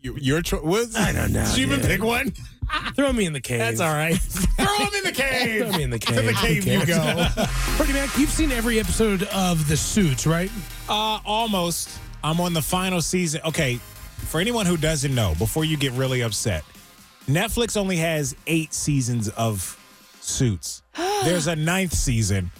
Speaker 4: you, your choice. was I don't know. Did you even pick one?
Speaker 2: Throw me in the cave.
Speaker 4: That's all right. Throw him in the cave.
Speaker 2: Throw me in the cave.
Speaker 4: To the cave you go.
Speaker 2: Pretty Mac, you've seen every episode of The Suits, right?
Speaker 4: Uh, almost. I'm on the final season. Okay, for anyone who doesn't know, before you get really upset, Netflix only has eight seasons of Suits. There's a ninth season,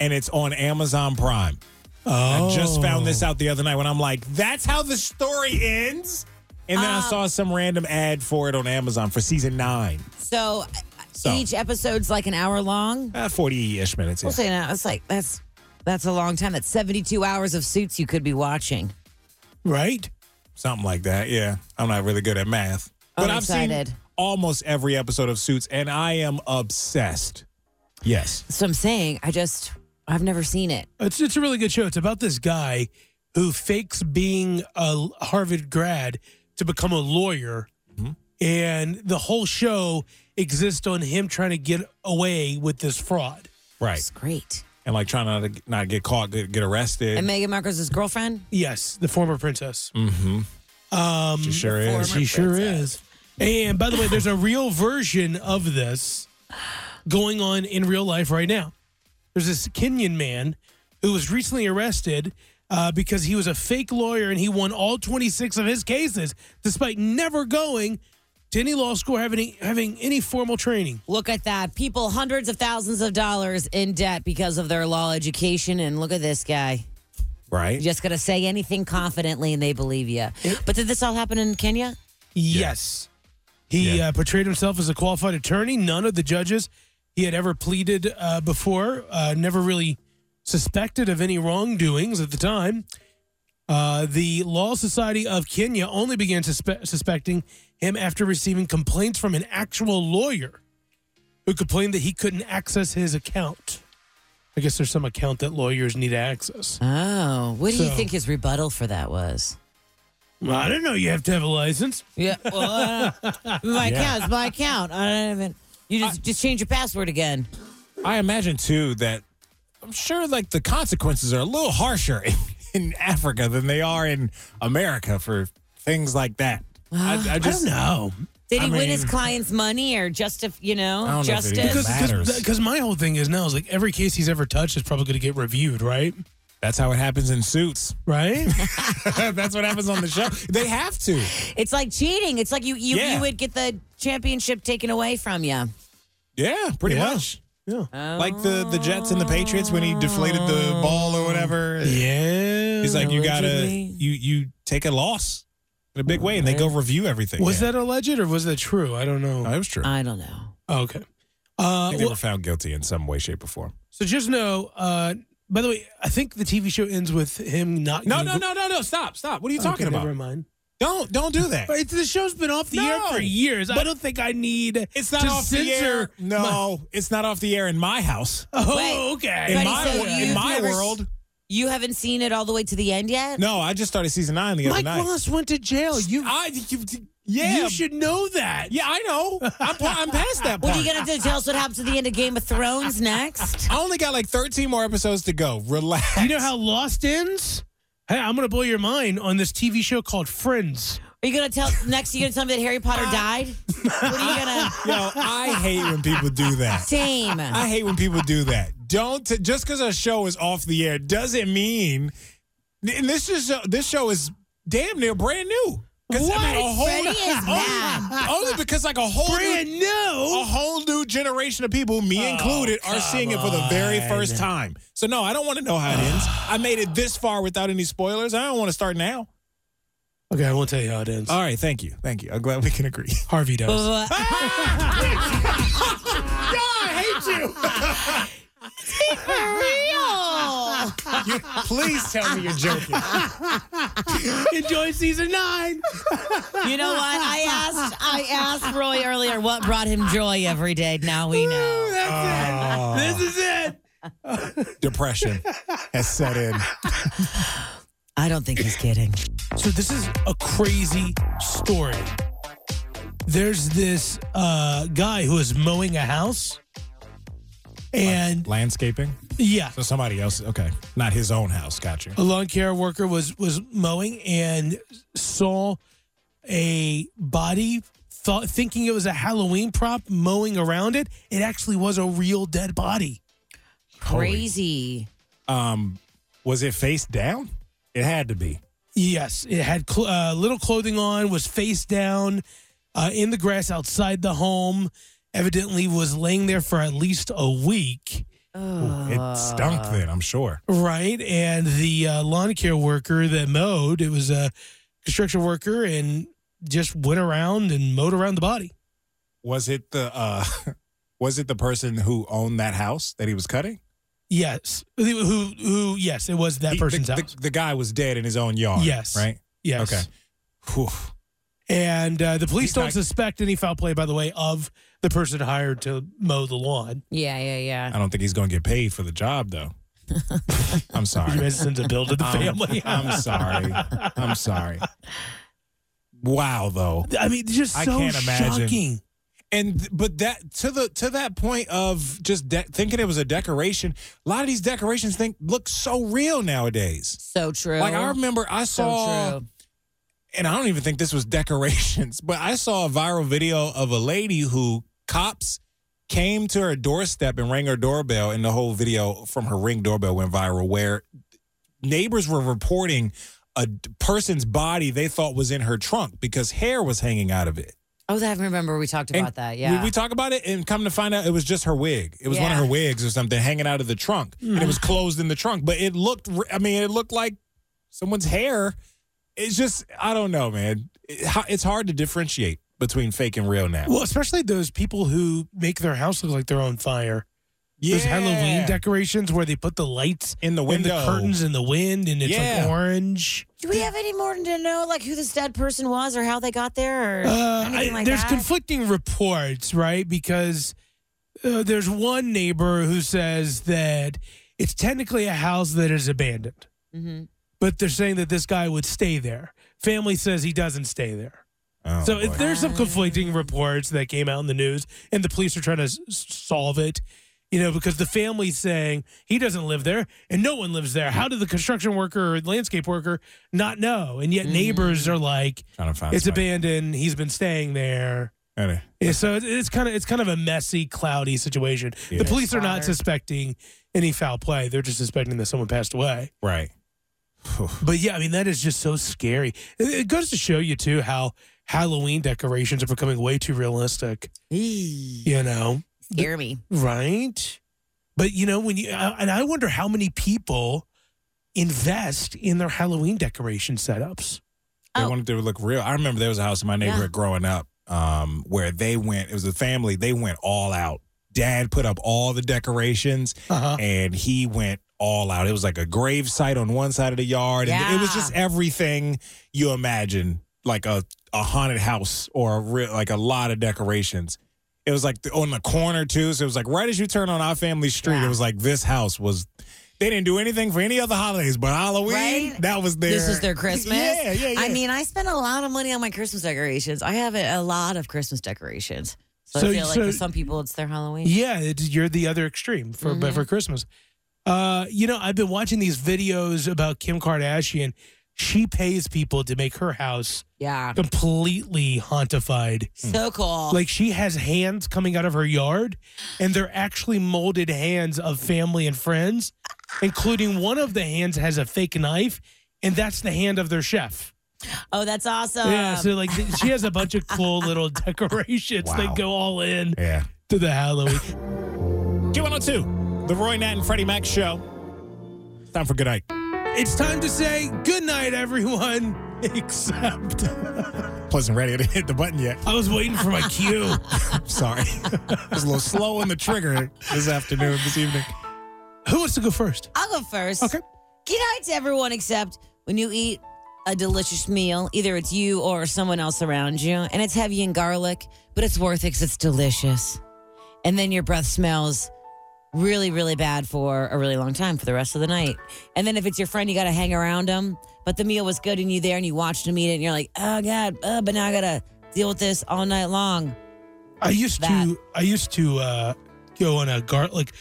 Speaker 4: and it's on Amazon Prime.
Speaker 2: Oh.
Speaker 4: I just found this out the other night when I'm like, that's how the story ends. And then I saw some random ad for it on Amazon for season nine.
Speaker 3: So,
Speaker 4: So.
Speaker 3: each episode's like an hour long.
Speaker 4: Uh, 40 ish minutes.
Speaker 3: We'll
Speaker 4: yeah.
Speaker 3: say now it's like that's that's a long time. That's seventy two hours of suits you could be watching.
Speaker 4: Right? Something like that. Yeah. I'm not really good at math.
Speaker 3: I'm
Speaker 4: But I've
Speaker 3: excited.
Speaker 4: seen almost every episode of Suits and I am obsessed. Yes.
Speaker 3: So I'm saying I just I've never seen it.
Speaker 2: It's it's a really good show. It's about this guy who fakes being a Harvard grad to become a lawyer, and the whole show exists on him trying to get away with this fraud.
Speaker 4: Right.
Speaker 3: It's great.
Speaker 4: And like trying not to not get caught, get, get arrested.
Speaker 3: And Meghan Markle's his girlfriend.
Speaker 2: Yes, the former princess.
Speaker 4: mm-hmm.
Speaker 2: Um,
Speaker 4: She sure is. Former
Speaker 2: She sure is. And by the way, there's a real version of this going on in real life right now. There's this Kenyan man who was recently arrested uh, because he was a fake lawyer and he won all 26 of his cases, despite never going to any law school or having having any formal training.
Speaker 3: Look at that. People hundreds of thousands of dollars in debt because of their law education. And look at this guy.
Speaker 4: Right.
Speaker 3: You just got to say anything confidently and they believe you. But did this all happen in Kenya?
Speaker 2: Yes. He uh, portrayed himself as a qualified attorney. None of the judges he had ever pleaded uh, before, uh, never really suspected of any wrongdoings at the time. Uh, the Law Society of Kenya only began suspe- suspecting him after receiving complaints from an actual lawyer who complained that he couldn't access his account. I guess there's some account that lawyers need access.
Speaker 3: Oh, what do you
Speaker 2: So-
Speaker 3: think his rebuttal for that was?
Speaker 2: Well, I didn't know you have to have a license.
Speaker 3: Yeah. Well, uh, my
Speaker 4: Yeah.
Speaker 3: account is my account. I don't even. You just just change your password again.
Speaker 4: I imagine too that I'm sure like the consequences are a little harsher in, in Africa than they are in America for things like that. I,
Speaker 3: I
Speaker 4: I just
Speaker 2: don't know.
Speaker 3: Did he
Speaker 4: I
Speaker 3: win his
Speaker 4: mean-
Speaker 3: client's money or just if you know,
Speaker 4: I don't know if it
Speaker 3: justice?
Speaker 4: even matters.
Speaker 2: Because my whole thing is now is like every case he's ever touched is probably going to get reviewed, right?
Speaker 4: That's how it happens in suits.
Speaker 2: Right?
Speaker 4: That's what happens on the show. They have to.
Speaker 3: It's like cheating. It's like you you,
Speaker 4: Yeah.
Speaker 3: you would get the championship taken away from you.
Speaker 4: Yeah, pretty
Speaker 2: Yeah.
Speaker 4: much.
Speaker 2: Yeah.
Speaker 4: Like the the Jets and the Patriots when he deflated the ball or whatever.
Speaker 2: Yeah.
Speaker 4: He's like, you gotta
Speaker 2: Allegedly.
Speaker 4: you you take a loss in a big way, and they go review everything.
Speaker 2: Was that alleged or was that true? I don't know.
Speaker 4: that was true?
Speaker 3: I don't know.
Speaker 2: Oh, okay.
Speaker 4: I
Speaker 2: Uh,
Speaker 4: think they
Speaker 2: well,
Speaker 4: were found guilty in some way, shape, or form.
Speaker 2: so just know. Uh, by the way, I think the TV show ends with him not.
Speaker 4: No,
Speaker 2: getting-
Speaker 4: no, no, no, no! Stop, stop! What are you
Speaker 2: Okay,
Speaker 4: talking
Speaker 2: Never
Speaker 4: about?
Speaker 2: mind.
Speaker 4: Don't don't do that.
Speaker 2: But it's, the show's been off the
Speaker 4: No,
Speaker 2: air for years. I
Speaker 4: but-
Speaker 2: don't think I need.
Speaker 4: It's not
Speaker 2: to
Speaker 4: off the air.
Speaker 2: censor
Speaker 4: No,
Speaker 2: my-
Speaker 4: it's not off the air in my house.
Speaker 2: oh,
Speaker 3: Wait.
Speaker 2: okay.
Speaker 4: In
Speaker 3: Buddy,
Speaker 4: my
Speaker 3: so
Speaker 4: wor- in
Speaker 3: you've
Speaker 4: my
Speaker 3: never s-
Speaker 4: world.
Speaker 3: You haven't seen it all the way to the end yet?
Speaker 4: No, I just started season nine the other
Speaker 2: Mike
Speaker 4: night.
Speaker 2: Ross went to jail. You,
Speaker 4: I, you, yeah,
Speaker 2: you should know that.
Speaker 4: yeah, I know. I'm, pa- I'm past that
Speaker 3: What
Speaker 4: part.
Speaker 3: are you going to do? Tell us what happens at the end of Game of Thrones next?
Speaker 4: I only got like 13 more episodes to go. Relax.
Speaker 2: You know how Lost ends? Hey, I'm gonna blow your mind on this TV show called Friends.
Speaker 3: Are you going to tell next? you going to tell me that Harry Potter died? What are you going to?
Speaker 4: Yo, I hate when people do that.
Speaker 3: Same.
Speaker 4: I hate when people do that. Don't t- just because a show is off the air doesn't mean. And this is this show is damn near brand new. Because I mean, a
Speaker 3: What?
Speaker 4: whole
Speaker 3: Freddie is
Speaker 4: only-
Speaker 3: mad.
Speaker 4: only, because like a whole
Speaker 2: Brand
Speaker 4: new, Oh,
Speaker 2: new.
Speaker 4: a whole new generation of people, me included, are seeing it for the very first time. So no, I don't want to know how it ends. I made it this far without any spoilers. I don't want to start now.
Speaker 2: Okay, I won't tell you how it ends.
Speaker 4: All right, thank you, thank you. I'm glad we can agree.
Speaker 2: Harvey does.
Speaker 3: Blah, blah, blah.
Speaker 4: I hate you.
Speaker 2: real.
Speaker 4: please tell me you're joking.
Speaker 2: Enjoy season nine.
Speaker 3: You know what? I asked I asked Roy earlier what brought him joy every day. Now we know.
Speaker 4: Oh.
Speaker 2: This is it.
Speaker 4: Depression has set in.
Speaker 3: I don't think he's kidding.
Speaker 2: So this is a crazy story. There's this uh, guy who is mowing a house, and
Speaker 4: Landscaping?
Speaker 2: yeah,
Speaker 4: So somebody else, okay. Not his own house, got you.
Speaker 2: a lawn care worker was was mowing and saw a body, thought thinking it was a Halloween prop, mowing around it. It actually was a real dead body.
Speaker 3: Crazy.
Speaker 4: Um, was it face down? It had to be.
Speaker 2: Yes, it had cl- uh, little clothing on, was face down uh, in the grass outside the home. Evidently, was laying there for at least a week,
Speaker 4: it stunk
Speaker 2: Uh.
Speaker 4: then, I'm sure.
Speaker 2: right? And the uh, lawn care worker that mowed, it was a construction worker, and just went around and mowed around the body.
Speaker 4: Was it the uh was it the person who owned that house that he was cutting?
Speaker 2: Yes, who who? Yes, it was that
Speaker 4: He-
Speaker 2: person's
Speaker 4: the,
Speaker 2: house.
Speaker 4: The, the guy was dead in his own yard.
Speaker 2: Yes.
Speaker 4: Right?
Speaker 2: Yes.
Speaker 4: Okay. Whew.
Speaker 2: And uh, the police
Speaker 4: He's
Speaker 2: don't
Speaker 4: not-
Speaker 2: suspect any foul play, by the way, of the person hired to mow the lawn.
Speaker 3: Yeah, yeah, yeah.
Speaker 4: I don't think he's gonna get paid for the job though. I'm sorry.
Speaker 2: You guys send a bill to the
Speaker 4: I'm-
Speaker 2: family.
Speaker 4: Um, I'm sorry. I'm sorry. Wow, though.
Speaker 2: I mean, just
Speaker 4: I
Speaker 2: so
Speaker 4: can't imagine.
Speaker 2: shocking.
Speaker 4: And th- but that to the to that point of just de- thinking it was a decoration. A lot of these decorations think look so real nowadays.
Speaker 3: So true.
Speaker 4: Like I remember I
Speaker 3: So
Speaker 4: saw
Speaker 3: true.
Speaker 4: and I don't even think this was decorations, but I saw a viral video of a lady who cops came to her doorstep and rang her doorbell, and the whole video from her ring doorbell went viral where neighbors were reporting a d- person's body they thought was in her trunk because hair was hanging out of it.
Speaker 3: Oh, that- I remember we talked
Speaker 4: And
Speaker 3: about that. Yeah.
Speaker 4: We, we talk about it and come to find out it was just her wig. It was one of
Speaker 3: Yeah. Hmm.
Speaker 4: her wigs or something hanging out of the trunk. And it was closed in the trunk. But it looked, re- I mean, it looked like someone's hair. It's just, I don't know, man. It- ho- it's hard to differentiate between fake and real now.
Speaker 2: Well, especially those people who make their house look like they're on fire. Those Halloween decorations where they put the lights
Speaker 4: in the
Speaker 2: and
Speaker 4: window.
Speaker 2: the curtains in the wind, and it's
Speaker 4: Yeah.
Speaker 2: like orange.
Speaker 3: Do we have any more to know, like who this dead person was or how they got there or
Speaker 2: Uh,
Speaker 3: anything
Speaker 2: I-
Speaker 3: like
Speaker 2: there's
Speaker 3: that?
Speaker 2: conflicting reports, right? Because uh, there's one neighbor who says that it's technically a house that is abandoned,
Speaker 3: Mhm.
Speaker 2: but they're saying that this guy would stay there. Family says he doesn't stay there.
Speaker 4: Oh,
Speaker 2: so it-
Speaker 4: boy.
Speaker 2: there's some conflicting reports that came out in the news, and the police are trying to s- solve it. You know, because the family's saying he doesn't live there and no one lives there. How did the construction worker or landscape worker not know? And yet neighbors
Speaker 4: Mm.
Speaker 2: are like,
Speaker 4: trying to find
Speaker 2: it's
Speaker 4: somebody.
Speaker 2: abandoned. He's been staying there.
Speaker 4: Anyway.
Speaker 2: Yeah, so it- it's kind of it's kind of a messy, cloudy situation.
Speaker 4: Yeah.
Speaker 2: The police are not
Speaker 3: Father.
Speaker 2: suspecting any foul play; they're just suspecting that someone passed away.
Speaker 4: Right.
Speaker 2: But yeah, I mean that is just so scary. It, it goes to show you too how Halloween decorations are becoming way too realistic.
Speaker 3: Eee,
Speaker 2: You know,
Speaker 3: Scare me.
Speaker 2: right? But you know when you I- and I wonder how many people invest in their Halloween decoration setups.
Speaker 4: They
Speaker 3: Oh.
Speaker 4: wanted to look real. I remember there was a house in my neighborhood growing up um, where they went, it was a family, they went all out. Dad put up all the decorations
Speaker 2: Uh-huh.
Speaker 4: and he went all out. It was like a grave site on one side of the yard. And it was
Speaker 3: Yeah.
Speaker 4: just everything you imagine, like a, a haunted house or a real, like a lot of decorations. It was like the, on the corner too. So it was like right as you turn on our family street, it was like this house was. They didn't do anything for any other holidays, but Halloween,
Speaker 3: Right?
Speaker 4: that was their.
Speaker 3: This is their Christmas.
Speaker 4: Yeah, yeah, yeah.
Speaker 3: I mean, I spent a lot of money on my Christmas decorations. I have a a lot of Christmas decorations. So,
Speaker 2: So-
Speaker 3: I feel like
Speaker 2: so-
Speaker 3: for some people, it's their Halloween.
Speaker 2: Yeah, it, you're the other extreme for but for Christmas. Uh, you know, I've been watching these videos about Kim Kardashian. She pays people to make her house
Speaker 3: Yeah.
Speaker 2: completely hauntified.
Speaker 3: So cool.
Speaker 2: Hmm. Like she has hands coming out of her yard, and they're actually molded hands of family and friends, including one of the hands has a fake knife, and that's the hand of their chef.
Speaker 3: oh, that's awesome.
Speaker 2: yeah, so like th- she has a bunch of cool little decorations
Speaker 4: Wow.
Speaker 2: that go all in
Speaker 4: yeah.
Speaker 2: to the Halloween.
Speaker 4: Q102, the Roy Nat and Freddie Mac show. It's time for good night.
Speaker 2: It's time to say goodnight, everyone. Except
Speaker 4: Wasn't ready to hit the button yet.
Speaker 2: I was waiting for my cue.
Speaker 4: Sorry. I was a little slow on the trigger this afternoon, this evening.
Speaker 2: to go first?
Speaker 3: I'll go first. Okay. Good night to everyone except when you eat a delicious meal, either it's you or someone else around you, and it's heavy in garlic, but it's worth it 'cause it's delicious. And then your breath smells really, really bad for a really long time for the rest of the night. And then if it's your friend, you got to hang around them, but the meal was good and you there and you watched them eat it and you're like, oh God, uh, but now I got to deal with this all night long.
Speaker 2: I used to I used to uh, go on a garlic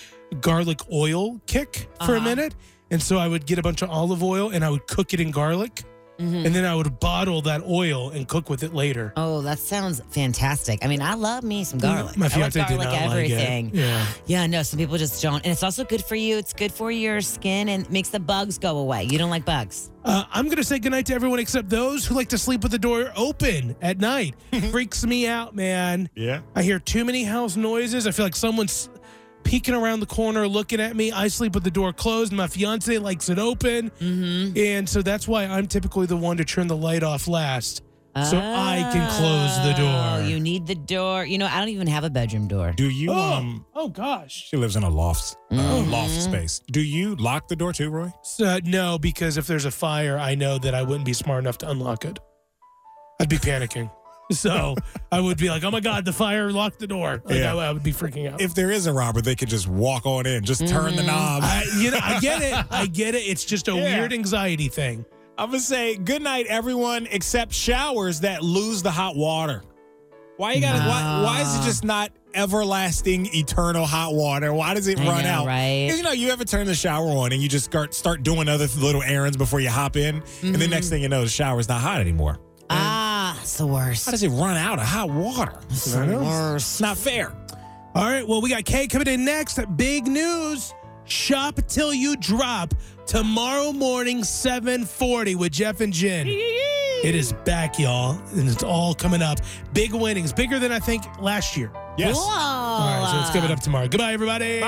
Speaker 2: garlic oil kick for a
Speaker 3: Uh-huh.
Speaker 2: minute, and so I would get a bunch of olive oil and I would cook it in garlic,
Speaker 3: Mm-hmm.
Speaker 2: and then I would bottle that oil and cook with it later.
Speaker 3: Oh, that sounds fantastic. I mean, I love me some Oh, garlic.
Speaker 2: Mm-hmm. My
Speaker 3: I love
Speaker 2: fiance did
Speaker 3: garlic
Speaker 2: not
Speaker 3: everything.
Speaker 2: like it. Yeah.
Speaker 3: Yeah, no, some people just don't. And it's also good for you. It's good for your skin and makes the bugs go away. You don't like bugs.
Speaker 2: Uh, I'm going to say goodnight to everyone except those who like to sleep with the door open at night. Freaks me out, man.
Speaker 4: Yeah.
Speaker 2: I hear too many house noises. I feel like someone's peeking around the corner looking at me. I sleep with the door closed. My fiance likes it open. And so that's why I'm typically the one to turn the light off last so I can close the
Speaker 3: Oh,
Speaker 2: door.
Speaker 3: you need the door. You know, I don't even have a bedroom door.
Speaker 4: Do you? Um,
Speaker 2: oh, gosh.
Speaker 4: She lives in a loft, uh,
Speaker 3: Mm-hmm.
Speaker 2: Mhm.
Speaker 4: loft space. Do you lock the door too, Roy?
Speaker 2: So, no, because if there's a fire, I know that I wouldn't be smart enough to unlock it. I'd be panicking. So I would be like, oh my God, the fire locked the door. Like,
Speaker 4: Yeah.
Speaker 2: I, I would be freaking out.
Speaker 4: If there is a robber, they could just walk on in, just turn
Speaker 3: Mm-hmm.
Speaker 4: the knob.
Speaker 2: I, you know, I get it. I get it. It's just a
Speaker 4: Yeah.
Speaker 2: weird anxiety thing.
Speaker 4: I'm gonna say good night, everyone, except showers that lose the hot water. Why you gotta? Why, why is it just not everlasting, eternal hot water? Why does it
Speaker 3: I
Speaker 4: run
Speaker 3: know,
Speaker 4: out?
Speaker 3: right?
Speaker 4: 'Cause, You know, you ever turn the shower on and you just start start doing other little errands before you hop in, and the next thing you know, the shower's not hot anymore.
Speaker 3: Ah, it's the worst.
Speaker 4: How does it run out of hot water? It's
Speaker 2: the worst.
Speaker 4: Not fair.
Speaker 2: All right. Well, we got Kay coming in next. Big news. Shop till you drop tomorrow morning, 740 with Jeff and Jen. It is back, y'all, and it's all coming up. Big winnings, bigger than I think last year.
Speaker 11: Yes.
Speaker 2: All right, so let's give it up tomorrow. Goodbye, everybody.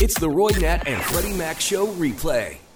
Speaker 11: It's the Roy Nat and Freddie Mac Show replay.